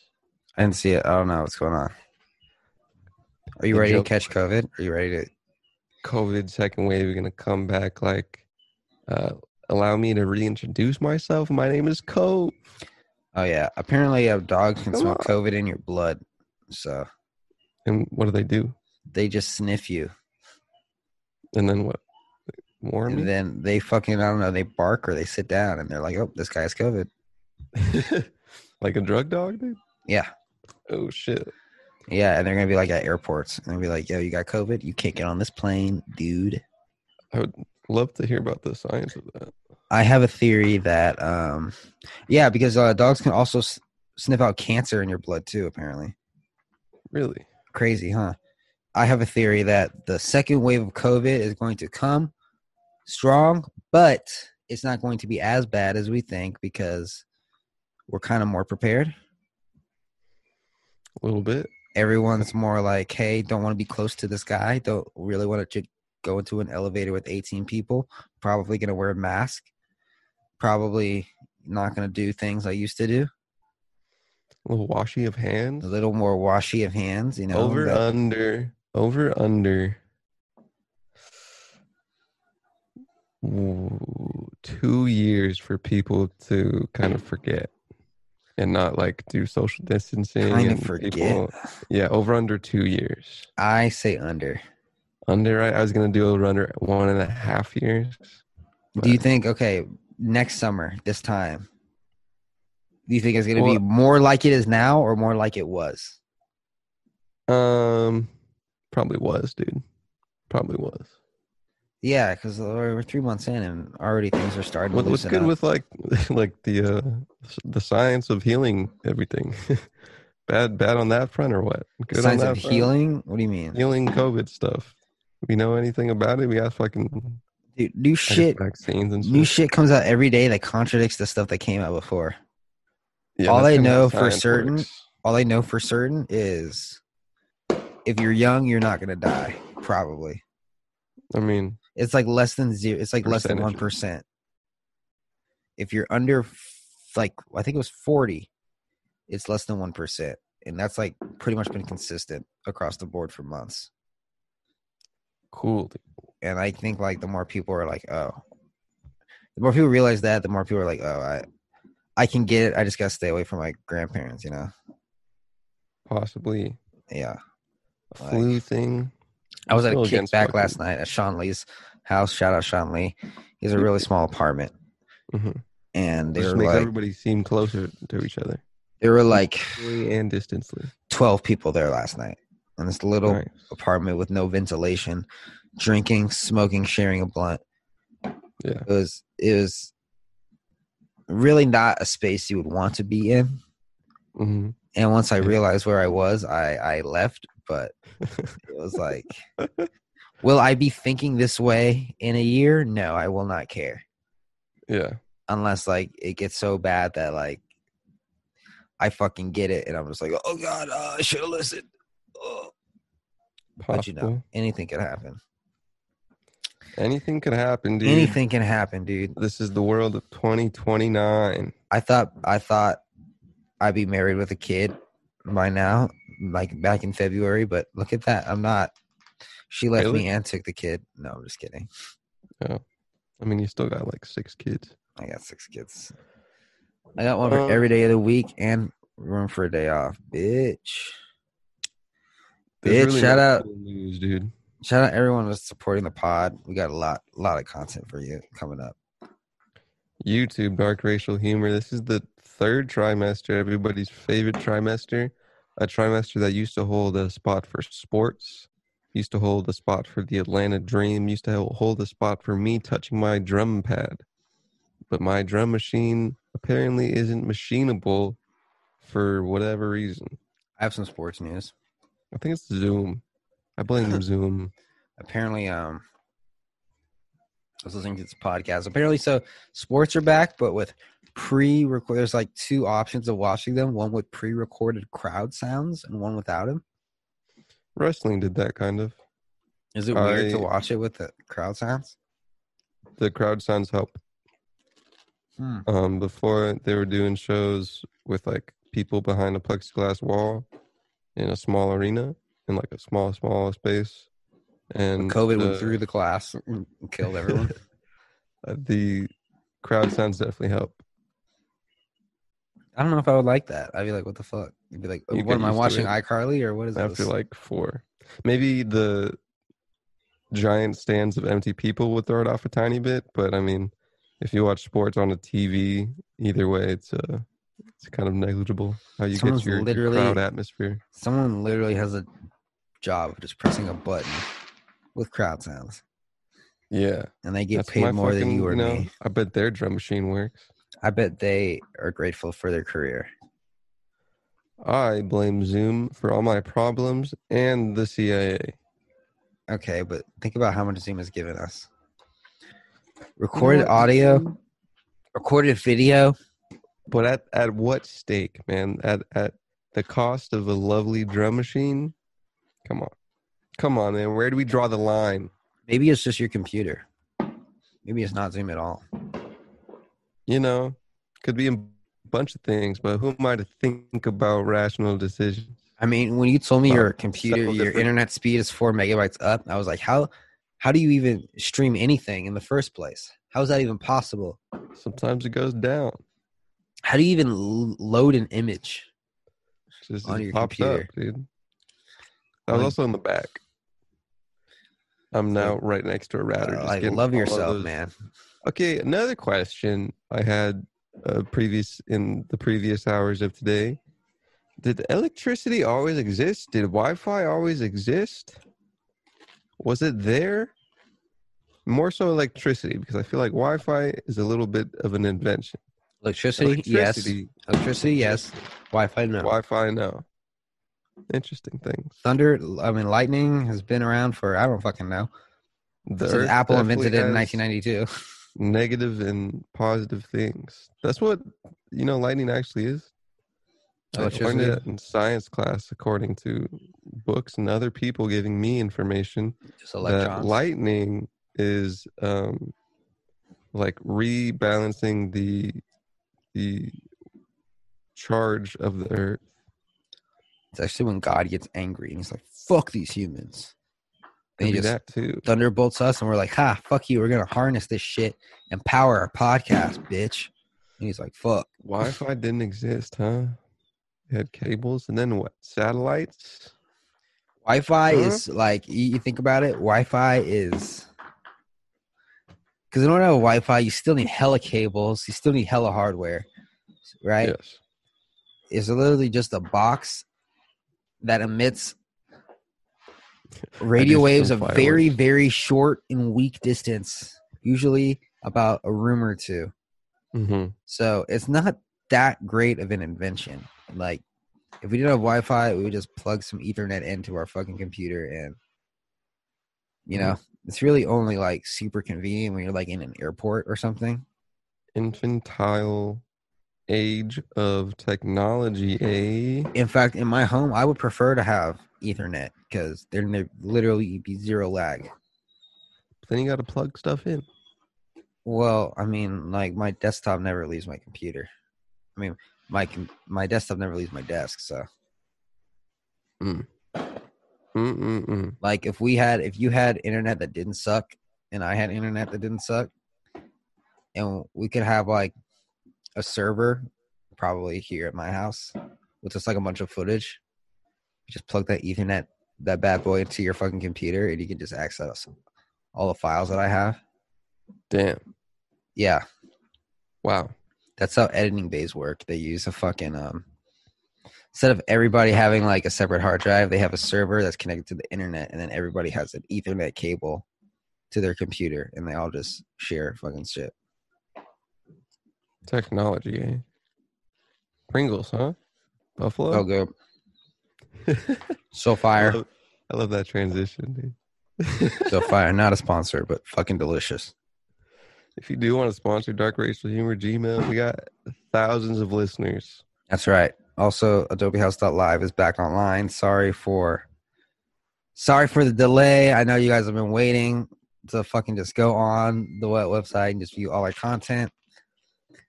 [SPEAKER 1] I didn't see it. I don't know what's going on. Are you
[SPEAKER 2] The
[SPEAKER 1] ready
[SPEAKER 2] joke-
[SPEAKER 1] to catch COVID? Are you ready to?
[SPEAKER 2] COVID second wave is gonna come back like uh allow me to reintroduce myself. My name is Cove.
[SPEAKER 1] Oh yeah. Apparently, a dog can
[SPEAKER 2] Come
[SPEAKER 1] smell
[SPEAKER 2] on.
[SPEAKER 1] COVID in your blood, so
[SPEAKER 2] And what do they do?
[SPEAKER 1] they just sniff you,
[SPEAKER 2] And then what? Warm
[SPEAKER 1] and
[SPEAKER 2] me?
[SPEAKER 1] then they fucking I don't know. They bark or they sit down, and they're like, "Oh, this guy has COVID."
[SPEAKER 2] like a drug dog, dude?
[SPEAKER 1] Yeah.
[SPEAKER 2] Oh shit.
[SPEAKER 1] Yeah, and they're gonna be like at airports, and they'll be like, "Yo, you got COVID? You can't get on this plane, dude."
[SPEAKER 2] I would love to hear about the science of that.
[SPEAKER 1] I have a theory that, um, yeah, because uh, dogs can also s- sniff out cancer in your blood too. Apparently,
[SPEAKER 2] Really?
[SPEAKER 1] Crazy, huh? I have a theory that the second wave of COVID is going to come strong, but it's not going to be as bad as we think because we're kind of more prepared.
[SPEAKER 2] A little bit.
[SPEAKER 1] Everyone's more like, hey, don't want to be close to this guy. Don't really want to go into an elevator with 18 people. Probably going to wear a mask. Probably not going to do things I used to do.
[SPEAKER 2] A little washy of
[SPEAKER 1] A
[SPEAKER 2] hands.
[SPEAKER 1] little more washy of hands, you know.
[SPEAKER 2] over uh,
[SPEAKER 1] but-
[SPEAKER 2] under. Over under. Ooh, two years for people to kind of forget and not like do social distancing.
[SPEAKER 1] Kind of
[SPEAKER 2] and
[SPEAKER 1] forget.
[SPEAKER 2] people- yeah, over under two years.
[SPEAKER 1] I say under.
[SPEAKER 2] Under, right? I was going to do over under one and a half years.
[SPEAKER 1] Do you
[SPEAKER 2] but-
[SPEAKER 1] think okay next summer this time? Do you think it's going to
[SPEAKER 2] Well-
[SPEAKER 1] be more like it is now or more like it was?
[SPEAKER 2] Um, probably was, dude. Probably was.
[SPEAKER 1] Yeah, because we're we're three months in and already things are starting.
[SPEAKER 2] What,
[SPEAKER 1] to
[SPEAKER 2] what's
[SPEAKER 1] loosen
[SPEAKER 2] good
[SPEAKER 1] up.
[SPEAKER 2] with like [LAUGHS] like the uh s- the science of healing everything? [LAUGHS] bad bad on that front or what? Good
[SPEAKER 1] signs
[SPEAKER 2] on that
[SPEAKER 1] of
[SPEAKER 2] front?
[SPEAKER 1] healing? What do you mean?
[SPEAKER 2] healing COVID stuff. We know anything about it? We got fucking
[SPEAKER 1] Dude, new
[SPEAKER 2] I guess
[SPEAKER 1] shit.
[SPEAKER 2] vaccines and
[SPEAKER 1] New
[SPEAKER 2] shit.
[SPEAKER 1] shit comes out every day that contradicts the stuff that came out before.
[SPEAKER 2] Yeah,
[SPEAKER 1] all
[SPEAKER 2] that's
[SPEAKER 1] I
[SPEAKER 2] kinda how
[SPEAKER 1] know for
[SPEAKER 2] science
[SPEAKER 1] certain-
[SPEAKER 2] works.
[SPEAKER 1] All I know for certain is, if you're young, you're not going to die. Probably,
[SPEAKER 2] I mean,
[SPEAKER 1] it's like less than zero. It's like less than one percent. If you're under, f- like I think it was forty, it's less than one percent, and that's like pretty much been consistent across the board for months.
[SPEAKER 2] cool. dude.
[SPEAKER 1] and I think like the more people are like, oh, the more people realize that, the more people are like, oh, I, I can get it. I just gotta stay away from my grandparents, you know?
[SPEAKER 2] Possibly
[SPEAKER 1] Yeah.
[SPEAKER 2] a
[SPEAKER 1] Like-
[SPEAKER 2] flu thing.
[SPEAKER 1] I was at a
[SPEAKER 2] Still against
[SPEAKER 1] kickback
[SPEAKER 2] fucking-
[SPEAKER 1] last night at Sean Lee's house. Shout out Sean Lee. He has a really small apartment,
[SPEAKER 2] Mhm.
[SPEAKER 1] and they
[SPEAKER 2] Just
[SPEAKER 1] were
[SPEAKER 2] makes
[SPEAKER 1] like,
[SPEAKER 2] everybody seem closer to each other,
[SPEAKER 1] there were like
[SPEAKER 2] and distantly.
[SPEAKER 1] twelve people there last night in this little
[SPEAKER 2] Nice.
[SPEAKER 1] apartment with no ventilation, drinking, smoking, sharing a blunt.
[SPEAKER 2] Yeah.
[SPEAKER 1] It was it was really not a space you would want to be in.
[SPEAKER 2] hmm
[SPEAKER 1] And once I
[SPEAKER 2] Yeah.
[SPEAKER 1] realized where I was, I I left. But it was
[SPEAKER 2] [LAUGHS]
[SPEAKER 1] like, will I be thinking this way in a year? No, I will not care
[SPEAKER 2] Yeah,
[SPEAKER 1] unless like it gets so bad that like I fucking get it, and I'm just like, oh god, uh, I should have listened. Oh.
[SPEAKER 2] possible.
[SPEAKER 1] But you know, anything can happen.
[SPEAKER 2] Anything could happen, dude.
[SPEAKER 1] Anything can happen, dude.
[SPEAKER 2] This is the world of 2029.
[SPEAKER 1] I thought I thought I'd be married with a kid by now, like back in February, but look at that. I'm not. She left
[SPEAKER 2] Really?
[SPEAKER 1] me and took the kid. No, I'm just kidding.
[SPEAKER 2] I mean, you still got like six kids.
[SPEAKER 1] I got six kids. I got one for
[SPEAKER 2] Uh,
[SPEAKER 1] every day of the week and room for a day off, bitch. Bitch, shout
[SPEAKER 2] no
[SPEAKER 1] out.
[SPEAKER 2] cool news, dude.
[SPEAKER 1] Shout out everyone that's supporting the pod. We got a lot, lot of content for you coming up.
[SPEAKER 2] YouTube dark racial humor. This is the third trimester, everybody's favorite trimester. A trimester that used to hold a spot for sports, used to hold a spot for the Atlanta Dream, used to hold a spot for me touching my drum pad. But my drum machine apparently isn't machinable for whatever reason.
[SPEAKER 1] I have some sports news.
[SPEAKER 2] I think it's Zoom.
[SPEAKER 1] [LAUGHS]
[SPEAKER 2] I blame Zoom.
[SPEAKER 1] apparently um I was listening to this podcast. Apparently so sports are back, but with pre record there's like two options of watching them, one with pre recorded crowd sounds and one without them.
[SPEAKER 2] Wrestling did that kind of.
[SPEAKER 1] Is it weird to
[SPEAKER 2] I-
[SPEAKER 1] watch it with the crowd sounds?
[SPEAKER 2] The crowd sounds help.
[SPEAKER 1] Hmm.
[SPEAKER 2] um, before they were doing shows with like people behind a plexiglass wall in a small arena in like a small small space and
[SPEAKER 1] COVID went
[SPEAKER 2] the-
[SPEAKER 1] through the class and killed
[SPEAKER 2] [LAUGHS]
[SPEAKER 1] everyone.
[SPEAKER 2] uh, the crowd sounds definitely help
[SPEAKER 1] I don't know if I would like that. I'd be like, what the fuck? I'd be like,
[SPEAKER 2] You
[SPEAKER 1] what am
[SPEAKER 2] get
[SPEAKER 1] I
[SPEAKER 2] used to
[SPEAKER 1] watching
[SPEAKER 2] it.
[SPEAKER 1] iCarly or what is this?
[SPEAKER 2] after like four maybe the giant stands of empty people would throw it off a tiny bit but i mean if you watch sports on a tv either way it's uh it's kind of negligible how you
[SPEAKER 1] Someone's
[SPEAKER 2] get your, your
[SPEAKER 1] literally-
[SPEAKER 2] crowd atmosphere
[SPEAKER 1] Someone literally has a job of just pressing a button with crowd sounds.
[SPEAKER 2] yeah
[SPEAKER 1] And they get
[SPEAKER 2] That's my
[SPEAKER 1] paid more than
[SPEAKER 2] fucking-
[SPEAKER 1] you or
[SPEAKER 2] know,
[SPEAKER 1] me.
[SPEAKER 2] I bet their drum machine works.
[SPEAKER 1] I bet they are grateful for their career.
[SPEAKER 2] I blame Zoom for all my problems and the CIA.
[SPEAKER 1] Okay, but think about how much Zoom has given us. Recorded audio, recorded video.
[SPEAKER 2] But at, at what stake, man? At at the cost of a lovely drum machine? Come on. Come on, man. Where do we draw the line?
[SPEAKER 1] Maybe it's just your computer. Maybe it's not Zoom at all.
[SPEAKER 2] You know, could be a bunch of things, but who am I to think about rational decisions?
[SPEAKER 1] I mean, when you told me
[SPEAKER 2] Well,
[SPEAKER 1] your computer, your
[SPEAKER 2] different.
[SPEAKER 1] internet speed is four megabytes up, I was like, how, how do you even stream anything in the first place? How is that even possible?
[SPEAKER 2] Sometimes it goes down.
[SPEAKER 1] How do you even l- load an image?
[SPEAKER 2] Just
[SPEAKER 1] On
[SPEAKER 2] it
[SPEAKER 1] your
[SPEAKER 2] pops
[SPEAKER 1] computer.
[SPEAKER 2] up, dude. I was
[SPEAKER 1] On-
[SPEAKER 2] also in the back. I'm now right next to a router.
[SPEAKER 1] Uh,
[SPEAKER 2] just
[SPEAKER 1] like,
[SPEAKER 2] getting
[SPEAKER 1] love
[SPEAKER 2] all of
[SPEAKER 1] yourself,
[SPEAKER 2] those-
[SPEAKER 1] man.
[SPEAKER 2] Okay, another question I had uh, previous in the previous hours of today. Did electricity always exist? Did Wi-Fi always exist? Was it there? More so electricity because I feel like Wi-Fi is a little bit of an invention.
[SPEAKER 1] Electricity,
[SPEAKER 2] Electricity,
[SPEAKER 1] yes. Electricity, yes. Wi-Fi, no.
[SPEAKER 2] Wi-Fi, no. Interesting things.
[SPEAKER 1] Thunder, I mean, lightning has been around for I don't fucking know.
[SPEAKER 2] The
[SPEAKER 1] Since
[SPEAKER 2] Earth
[SPEAKER 1] Apple
[SPEAKER 2] definitely
[SPEAKER 1] invented it in
[SPEAKER 2] has
[SPEAKER 1] 1992.
[SPEAKER 2] Negative and positive things. That's what you know. Lightning actually is. I learned
[SPEAKER 1] Electricity.
[SPEAKER 2] it in science class, according to books and other people giving me information,
[SPEAKER 1] [LAUGHS] Just electrons.
[SPEAKER 2] that lightning is um, like rebalancing the the charge of the earth.
[SPEAKER 1] It's actually when God gets angry and he's like, "Fuck these humans." And
[SPEAKER 2] Could
[SPEAKER 1] he
[SPEAKER 2] be
[SPEAKER 1] just
[SPEAKER 2] that too.
[SPEAKER 1] thunderbolts us, and we're like, "Ha, fuck you! We're gonna harness this shit and power our podcast, bitch." And he's like, "Fuck." [SIGHS]
[SPEAKER 2] Wi-Fi didn't exist, huh? It had cables, and then what? Satellites.
[SPEAKER 1] Wi-Fi
[SPEAKER 2] Huh?
[SPEAKER 1] is like you, you think about it. Wi-Fi is because in order to have Wi-Fi, you still need hella cables. You still need hella hardware, right?
[SPEAKER 2] Yes.
[SPEAKER 1] It's literally just a box that emits radio
[SPEAKER 2] some
[SPEAKER 1] waves of very,
[SPEAKER 2] fireworks.
[SPEAKER 1] very short and weak distance, usually about a room or two. Mm-hmm.
[SPEAKER 2] hmm
[SPEAKER 1] So it's not that great of an invention. Like, if we didn't have Wi Fi, we would just plug some Ethernet into our fucking computer. And, you know, it's really only like super convenient when you're like in an airport or something.
[SPEAKER 2] Infantile age of technology, eh?
[SPEAKER 1] In fact, in my home, I would prefer to have Ethernet because there would literally be zero lag.
[SPEAKER 2] Then you got to plug stuff in.
[SPEAKER 1] Well, I mean, like my desktop never leaves my computer. I mean, my com- my desktop never leaves my desk. So,
[SPEAKER 2] Mm-mm-mm.
[SPEAKER 1] like, if we had, if you had internet that didn't suck, and I had internet that didn't suck, and we could have like a server, probably here at my house, with just like a bunch of footage, just plug that Ethernet, that bad boy, into your fucking computer, and you can just access all the files that I have.
[SPEAKER 2] Damn.
[SPEAKER 1] Yeah,
[SPEAKER 2] Wow.
[SPEAKER 1] That's how editing bays work. They use a fucking um instead of everybody having like a separate hard drive, they have a server that's connected to the internet and then everybody has an ethernet cable to their computer and they all just share fucking shit.
[SPEAKER 2] Technology, eh? Pringles, huh? Buffalo?
[SPEAKER 1] Oh good. So fire.
[SPEAKER 2] Love- I love that transition, dude.
[SPEAKER 1] So fire. Not a sponsor, but fucking delicious.
[SPEAKER 2] If you do want to sponsor Dark Racial Humor Gmail, we got thousands of listeners.
[SPEAKER 1] That's right. Also, adobehouse.live is back online. Sorry for sorry for the delay. I know you guys have been waiting to fucking just go on the web- website and just view all our content.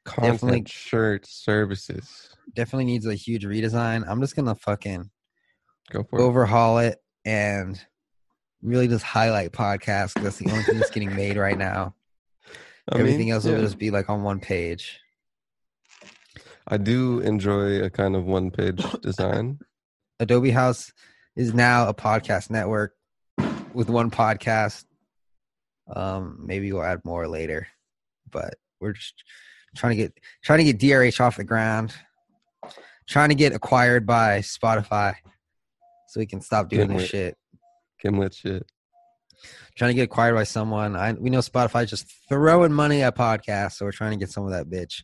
[SPEAKER 2] Content,
[SPEAKER 1] Definitely.
[SPEAKER 2] shirts, services.
[SPEAKER 1] definitely needs a huge redesign. I'm just gonna fucking
[SPEAKER 2] Go for it.
[SPEAKER 1] overhaul it and really just highlight podcasts. 'cause That's the only thing that's getting made right now.
[SPEAKER 2] [LAUGHS] I mean,
[SPEAKER 1] Everything else
[SPEAKER 2] yeah.
[SPEAKER 1] will just be like on one page.
[SPEAKER 2] I do enjoy a kind of one page design.
[SPEAKER 1] Adobe House is now a podcast network with one podcast. Um, maybe we'll add more later, but we're just trying to get trying to get DRH off the ground, trying to get acquired by Spotify, so we can stop doing
[SPEAKER 2] Good
[SPEAKER 1] this
[SPEAKER 2] work.
[SPEAKER 1] shit.
[SPEAKER 2] Gimlet shit.
[SPEAKER 1] trying to get acquired by someone. I we know Spotify's just throwing money at podcasts, so we're trying to get some of that bitch.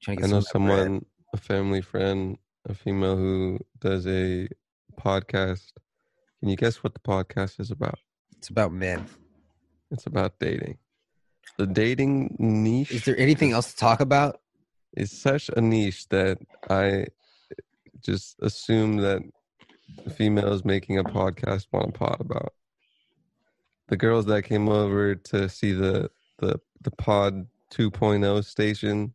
[SPEAKER 1] Trying to
[SPEAKER 2] I
[SPEAKER 1] get
[SPEAKER 2] know
[SPEAKER 1] some of that bread.
[SPEAKER 2] someone, a family friend, a female who does a podcast. Can you guess what the podcast is about?
[SPEAKER 1] It's about men.
[SPEAKER 2] It's about dating. The dating niche
[SPEAKER 1] Is there anything else to talk about?
[SPEAKER 2] is such a niche that I just assume that the females making a podcast want to pod about. The girls that came over to see the the the pod 2.0 station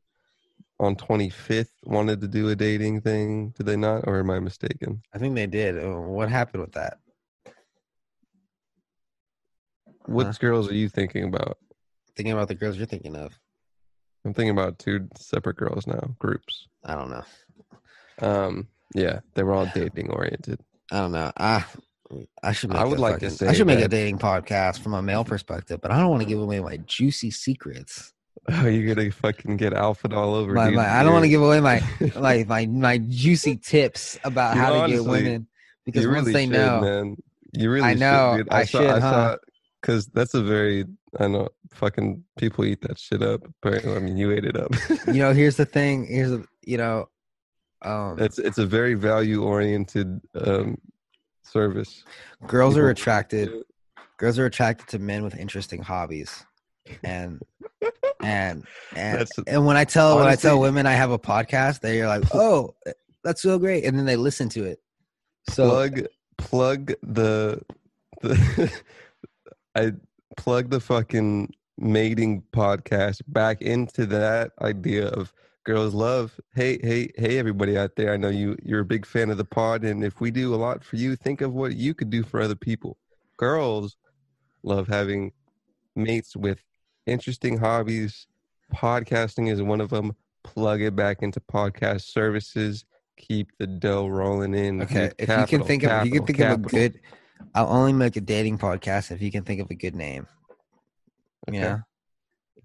[SPEAKER 2] on 25th wanted to do a dating thing. Did they not, or am I mistaken?
[SPEAKER 1] I think they did. Uh, What happened with that?
[SPEAKER 2] Which
[SPEAKER 1] Huh.
[SPEAKER 2] girls are you thinking about?
[SPEAKER 1] Thinking about the girls you're thinking of.
[SPEAKER 2] I'm thinking about two separate girls now, groups.
[SPEAKER 1] I don't know.
[SPEAKER 2] Um, yeah, they were all dating [LAUGHS] oriented.
[SPEAKER 1] I don't know. I I should. Make
[SPEAKER 2] I would
[SPEAKER 1] a
[SPEAKER 2] like to
[SPEAKER 1] fucking- I
[SPEAKER 2] say
[SPEAKER 1] should make a
[SPEAKER 2] that-
[SPEAKER 1] dating podcast from a male perspective, but I don't want to give away my juicy secrets.
[SPEAKER 2] Oh, you're gonna fucking get alpha all over.
[SPEAKER 1] My,
[SPEAKER 2] dude.
[SPEAKER 1] my, I don't want to
[SPEAKER 2] You're-
[SPEAKER 1] give away
[SPEAKER 2] [LAUGHS]
[SPEAKER 1] my [LAUGHS] like my my juicy tips about
[SPEAKER 2] You
[SPEAKER 1] how
[SPEAKER 2] know,
[SPEAKER 1] to get
[SPEAKER 2] honestly,
[SPEAKER 1] women because
[SPEAKER 2] you
[SPEAKER 1] once
[SPEAKER 2] really
[SPEAKER 1] they
[SPEAKER 2] should,
[SPEAKER 1] know,
[SPEAKER 2] man. You really
[SPEAKER 1] I know,
[SPEAKER 2] Should, dude.
[SPEAKER 1] I should, huh?
[SPEAKER 2] Because that's a very I know fucking people eat that shit up. But I mean, you ate it
[SPEAKER 1] [LAUGHS]
[SPEAKER 2] up.
[SPEAKER 1] you know, here's the thing. Here's the- you know, um,
[SPEAKER 2] it's it's a very value oriented um, service.
[SPEAKER 1] girls
[SPEAKER 2] people-
[SPEAKER 1] are attracted. Girls are attracted to men with interesting hobbies, and and and
[SPEAKER 2] That's-
[SPEAKER 1] and when I tell when I tell
[SPEAKER 2] honestly-
[SPEAKER 1] women I have a podcast, they're like,
[SPEAKER 2] [LAUGHS]
[SPEAKER 1] oh, that's so great, and then they listen to it. So
[SPEAKER 2] plug plug the the [LAUGHS] I plug the fucking mating podcast back into that idea of girls love hey hey hey everybody out there i know you you're a big fan of the pod and if we do a lot for you think of what you could do for other people girls love having mates with interesting hobbies podcasting is one of them plug it back into podcast services keep the dough rolling in
[SPEAKER 1] Okay,
[SPEAKER 2] dude.
[SPEAKER 1] if you
[SPEAKER 2] Capital,
[SPEAKER 1] can think of you
[SPEAKER 2] capital,
[SPEAKER 1] can think of a
[SPEAKER 2] capital.
[SPEAKER 1] good, I'll only make a dating podcast if you can think of a good name.
[SPEAKER 2] Okay.
[SPEAKER 1] You know,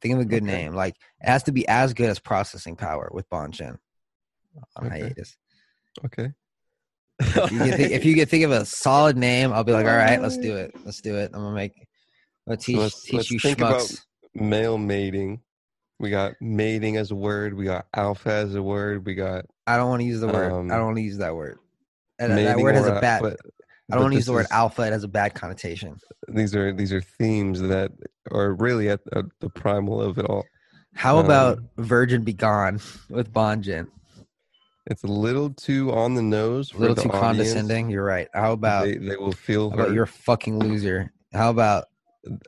[SPEAKER 1] think of a good
[SPEAKER 2] Okay.
[SPEAKER 1] name. Like it has to be as good as Processing Power with Oh, Bonchin on
[SPEAKER 2] Okay.
[SPEAKER 1] hiatus.
[SPEAKER 2] Okay.
[SPEAKER 1] If you, can think,
[SPEAKER 2] [LAUGHS]
[SPEAKER 1] if you can think of a solid name, I'll be like, all right, let's do it. Let's do it. I'm gonna make. I'll teach
[SPEAKER 2] let's-
[SPEAKER 1] teach
[SPEAKER 2] let's
[SPEAKER 1] you
[SPEAKER 2] think about-
[SPEAKER 1] schmucks.
[SPEAKER 2] Male mating. We got mating as a word. We got alpha as a word. We got
[SPEAKER 1] I don't want to use the word.
[SPEAKER 2] um,
[SPEAKER 1] I don't want to use that word. That, that
[SPEAKER 2] mating
[SPEAKER 1] word has
[SPEAKER 2] or
[SPEAKER 1] a bad. I
[SPEAKER 2] alpha,
[SPEAKER 1] don't
[SPEAKER 2] but
[SPEAKER 1] want to use
[SPEAKER 2] this
[SPEAKER 1] the word
[SPEAKER 2] is-
[SPEAKER 1] alpha. It has a bad connotation.
[SPEAKER 2] These are these are themes that are really at, at the primal of it all.
[SPEAKER 1] How
[SPEAKER 2] Um,
[SPEAKER 1] about Virgin Be Gone with Bonchin?
[SPEAKER 2] It's a little too on the nose.
[SPEAKER 1] a
[SPEAKER 2] For
[SPEAKER 1] little
[SPEAKER 2] the
[SPEAKER 1] too
[SPEAKER 2] audience.
[SPEAKER 1] condescending. You're right. How about
[SPEAKER 2] they, they will feel
[SPEAKER 1] how about
[SPEAKER 2] hurt.
[SPEAKER 1] you're a fucking loser? How about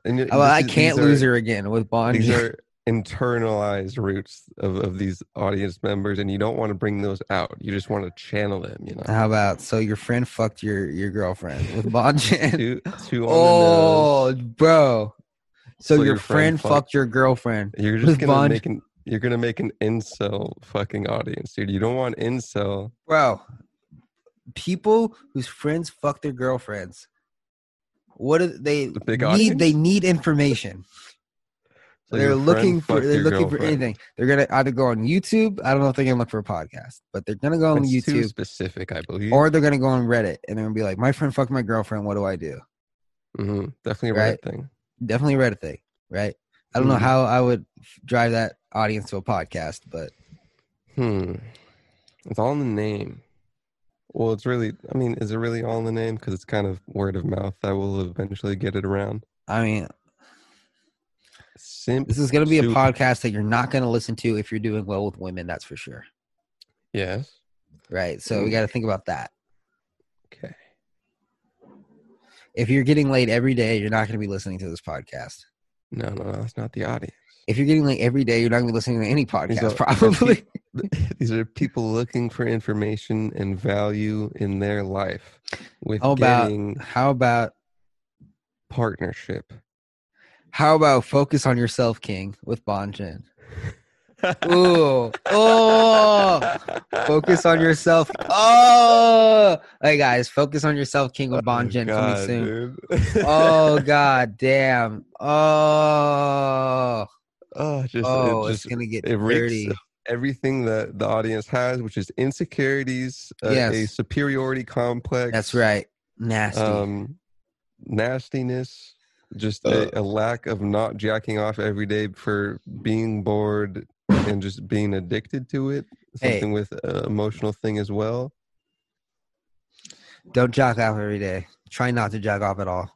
[SPEAKER 2] And yet
[SPEAKER 1] how about I
[SPEAKER 2] this is-
[SPEAKER 1] can't
[SPEAKER 2] these are-
[SPEAKER 1] lose her again with Bond? [LAUGHS]
[SPEAKER 2] These are internalized roots of, of these audience members, and you don't want to bring those out. You just want to channel them.
[SPEAKER 1] [LAUGHS]
[SPEAKER 2] You know,
[SPEAKER 1] How about so your friend fucked your your girlfriend with Bond?
[SPEAKER 2] too, too on
[SPEAKER 1] oh,
[SPEAKER 2] the nose.
[SPEAKER 1] bro. So, your, friend,
[SPEAKER 2] fucked-
[SPEAKER 1] fucked your girlfriend.
[SPEAKER 2] You're
[SPEAKER 1] with
[SPEAKER 2] just gonna
[SPEAKER 1] Bond-
[SPEAKER 2] make an you're gonna make an incel fucking audience, dude. You don't want incel.
[SPEAKER 1] Bro, people whose friends fuck their girlfriends. What do they
[SPEAKER 2] The big
[SPEAKER 1] need?
[SPEAKER 2] audience?
[SPEAKER 1] They need information.
[SPEAKER 2] So your
[SPEAKER 1] they're
[SPEAKER 2] friend
[SPEAKER 1] looking for
[SPEAKER 2] fucked
[SPEAKER 1] they're
[SPEAKER 2] your
[SPEAKER 1] looking for
[SPEAKER 2] girlfriend.
[SPEAKER 1] anything. They're gonna either go on YouTube. I don't know if they're gonna look for a podcast, but they're gonna go on
[SPEAKER 2] That's too
[SPEAKER 1] YouTube
[SPEAKER 2] specific, I believe.
[SPEAKER 1] or they're gonna go on Reddit and they're gonna be like, "My friend fucked my girlfriend. What do I do?"
[SPEAKER 2] Mhm, definitely a
[SPEAKER 1] Right.
[SPEAKER 2] right thing.
[SPEAKER 1] Definitely Reddit thing, right? I don't know
[SPEAKER 2] Mhm.
[SPEAKER 1] how I would f- drive that audience to a podcast, but
[SPEAKER 2] Hmm. It's all in the name. Well, it's really. I mean, is it really all in the name? Because it's kind of word of mouth. I will eventually get it around.
[SPEAKER 1] I mean,
[SPEAKER 2] Simp.
[SPEAKER 1] this is gonna be a
[SPEAKER 2] soup.
[SPEAKER 1] podcast that you're not gonna listen to if you're doing well with women. That's for sure,
[SPEAKER 2] Yes.
[SPEAKER 1] right? So we
[SPEAKER 2] Mm.
[SPEAKER 1] got to think about that.
[SPEAKER 2] Okay.
[SPEAKER 1] If you're getting laid every day, you're not gonna be listening to this podcast.
[SPEAKER 2] No, no, no. That's not the audience. [LAUGHS]
[SPEAKER 1] If you're getting laid every day, you're not gonna be listening to any
[SPEAKER 2] are-
[SPEAKER 1] podcast, probably. [LAUGHS]
[SPEAKER 2] These are people looking for information and value in their life with
[SPEAKER 1] How about-
[SPEAKER 2] getting
[SPEAKER 1] How about
[SPEAKER 2] partnership.
[SPEAKER 1] How about focus on yourself, King, with Bonjin? Ooh, oh, focus on yourself. Oh, hey guys, focus on yourself, King, with
[SPEAKER 2] Oh,
[SPEAKER 1] Bonjin coming soon. Oh god, damn. Oh,
[SPEAKER 2] [LAUGHS] oh, just,
[SPEAKER 1] oh,
[SPEAKER 2] it
[SPEAKER 1] it's
[SPEAKER 2] just
[SPEAKER 1] gonna get
[SPEAKER 2] it reeks
[SPEAKER 1] dirty.
[SPEAKER 2] of everything that the audience has, which is insecurities, uh, a
[SPEAKER 1] Yes.
[SPEAKER 2] superiority complex.
[SPEAKER 1] That's right. Nasty.
[SPEAKER 2] Um, nastiness, just a, a lack of not jacking off every day for being bored and just being addicted to it.
[SPEAKER 1] Hey.
[SPEAKER 2] something with uh, emotional thing as well.
[SPEAKER 1] Don't jack off every day. Try not to jack off at all.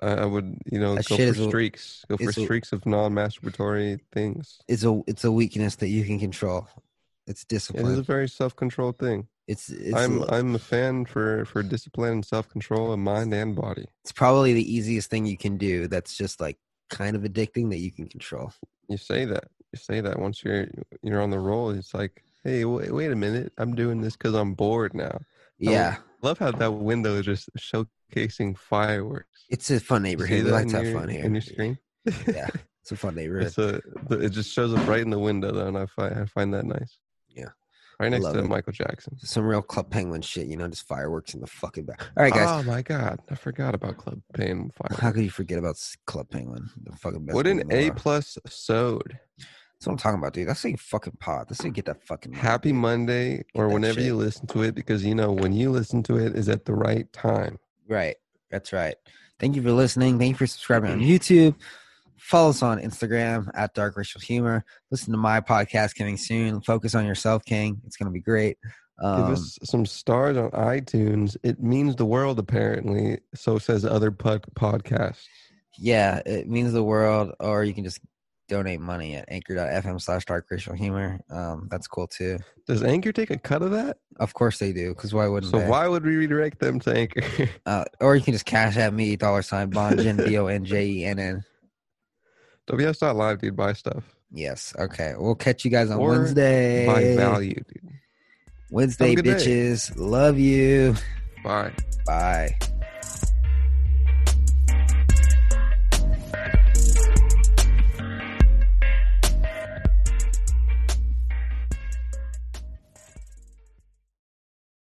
[SPEAKER 2] I, I would, you know,
[SPEAKER 1] That
[SPEAKER 2] go
[SPEAKER 1] shit
[SPEAKER 2] for
[SPEAKER 1] is a-
[SPEAKER 2] streaks. Go for
[SPEAKER 1] it's a-
[SPEAKER 2] streaks of non-masturbatory things.
[SPEAKER 1] It's a it's a weakness that you can control. It's
[SPEAKER 2] It is a
[SPEAKER 1] discipline.
[SPEAKER 2] very self-controlled thing.
[SPEAKER 1] It's it's
[SPEAKER 2] I'm I'm a fan for for discipline and self-control of mind and body.
[SPEAKER 1] it's probably the easiest thing you can do. That's just like kind of addicting that you can control.
[SPEAKER 2] You say that. You say that once you're you're on the roll. It's like, hey, wait, wait a minute. I'm doing this because I'm bored now. I
[SPEAKER 1] Yeah,
[SPEAKER 2] Love how that window is just showcasing fireworks.
[SPEAKER 1] it's a fun
[SPEAKER 2] You
[SPEAKER 1] neighborhood.
[SPEAKER 2] see
[SPEAKER 1] We
[SPEAKER 2] that
[SPEAKER 1] like
[SPEAKER 2] in
[SPEAKER 1] to have
[SPEAKER 2] your-
[SPEAKER 1] fun
[SPEAKER 2] In your
[SPEAKER 1] here.
[SPEAKER 2] screen.
[SPEAKER 1] Yeah, it's a fun neighborhood.
[SPEAKER 2] It's a, the- it just shows up right in the window, though, and I find I find that nice.
[SPEAKER 1] Yeah.
[SPEAKER 2] right next
[SPEAKER 1] Love
[SPEAKER 2] to
[SPEAKER 1] it.
[SPEAKER 2] Michael Jackson.
[SPEAKER 1] Some real Club Penguin shit, you know, just fireworks in the fucking back. All right, guys.
[SPEAKER 2] Oh my God, I forgot about Club Pain Fire.
[SPEAKER 1] How could you forget about S- Club Penguin? The fucking best.
[SPEAKER 2] Ah. What
[SPEAKER 1] band in
[SPEAKER 2] an
[SPEAKER 1] the
[SPEAKER 2] A
[SPEAKER 1] world.
[SPEAKER 2] plus sode.
[SPEAKER 1] That's what I'm talking about, dude. That's a fucking pot. That's how you get that fucking. money,
[SPEAKER 2] Happy
[SPEAKER 1] dude.
[SPEAKER 2] Monday, or
[SPEAKER 1] that
[SPEAKER 2] whenever
[SPEAKER 1] shit.
[SPEAKER 2] you listen to it, because you know when you listen to it is at the right time.
[SPEAKER 1] Right. That's right. Thank you for listening. Thank you for subscribing
[SPEAKER 2] Mm-hmm.
[SPEAKER 1] on YouTube. Follow us on Instagram at Dark Racial Humor. Listen to my podcast coming soon. Focus on yourself, King. It's going to be great. Um,
[SPEAKER 2] Give us some stars on iTunes. It means the world, apparently. So says other pod- podcasts.
[SPEAKER 1] yeah, it means the world. Or you can just donate money at anchor.fm slash dark racial humor. Um, that's cool too.
[SPEAKER 2] Does Anchor take a cut of that?
[SPEAKER 1] Of course they do, because why wouldn't
[SPEAKER 2] So
[SPEAKER 1] they?
[SPEAKER 2] why would we redirect them to Anchor? [LAUGHS]
[SPEAKER 1] Uh, or you can just cash at me, dollar sign, Bonjen, B O N J E N N.
[SPEAKER 2] WS.live, dude, buy stuff.
[SPEAKER 1] Yes. Okay. We'll catch you guys on
[SPEAKER 2] Or
[SPEAKER 1] Wednesday.
[SPEAKER 2] Buy value, dude.
[SPEAKER 1] Wednesday,
[SPEAKER 2] Have a good day.
[SPEAKER 1] bitches. Love you.
[SPEAKER 2] Bye.
[SPEAKER 1] Bye.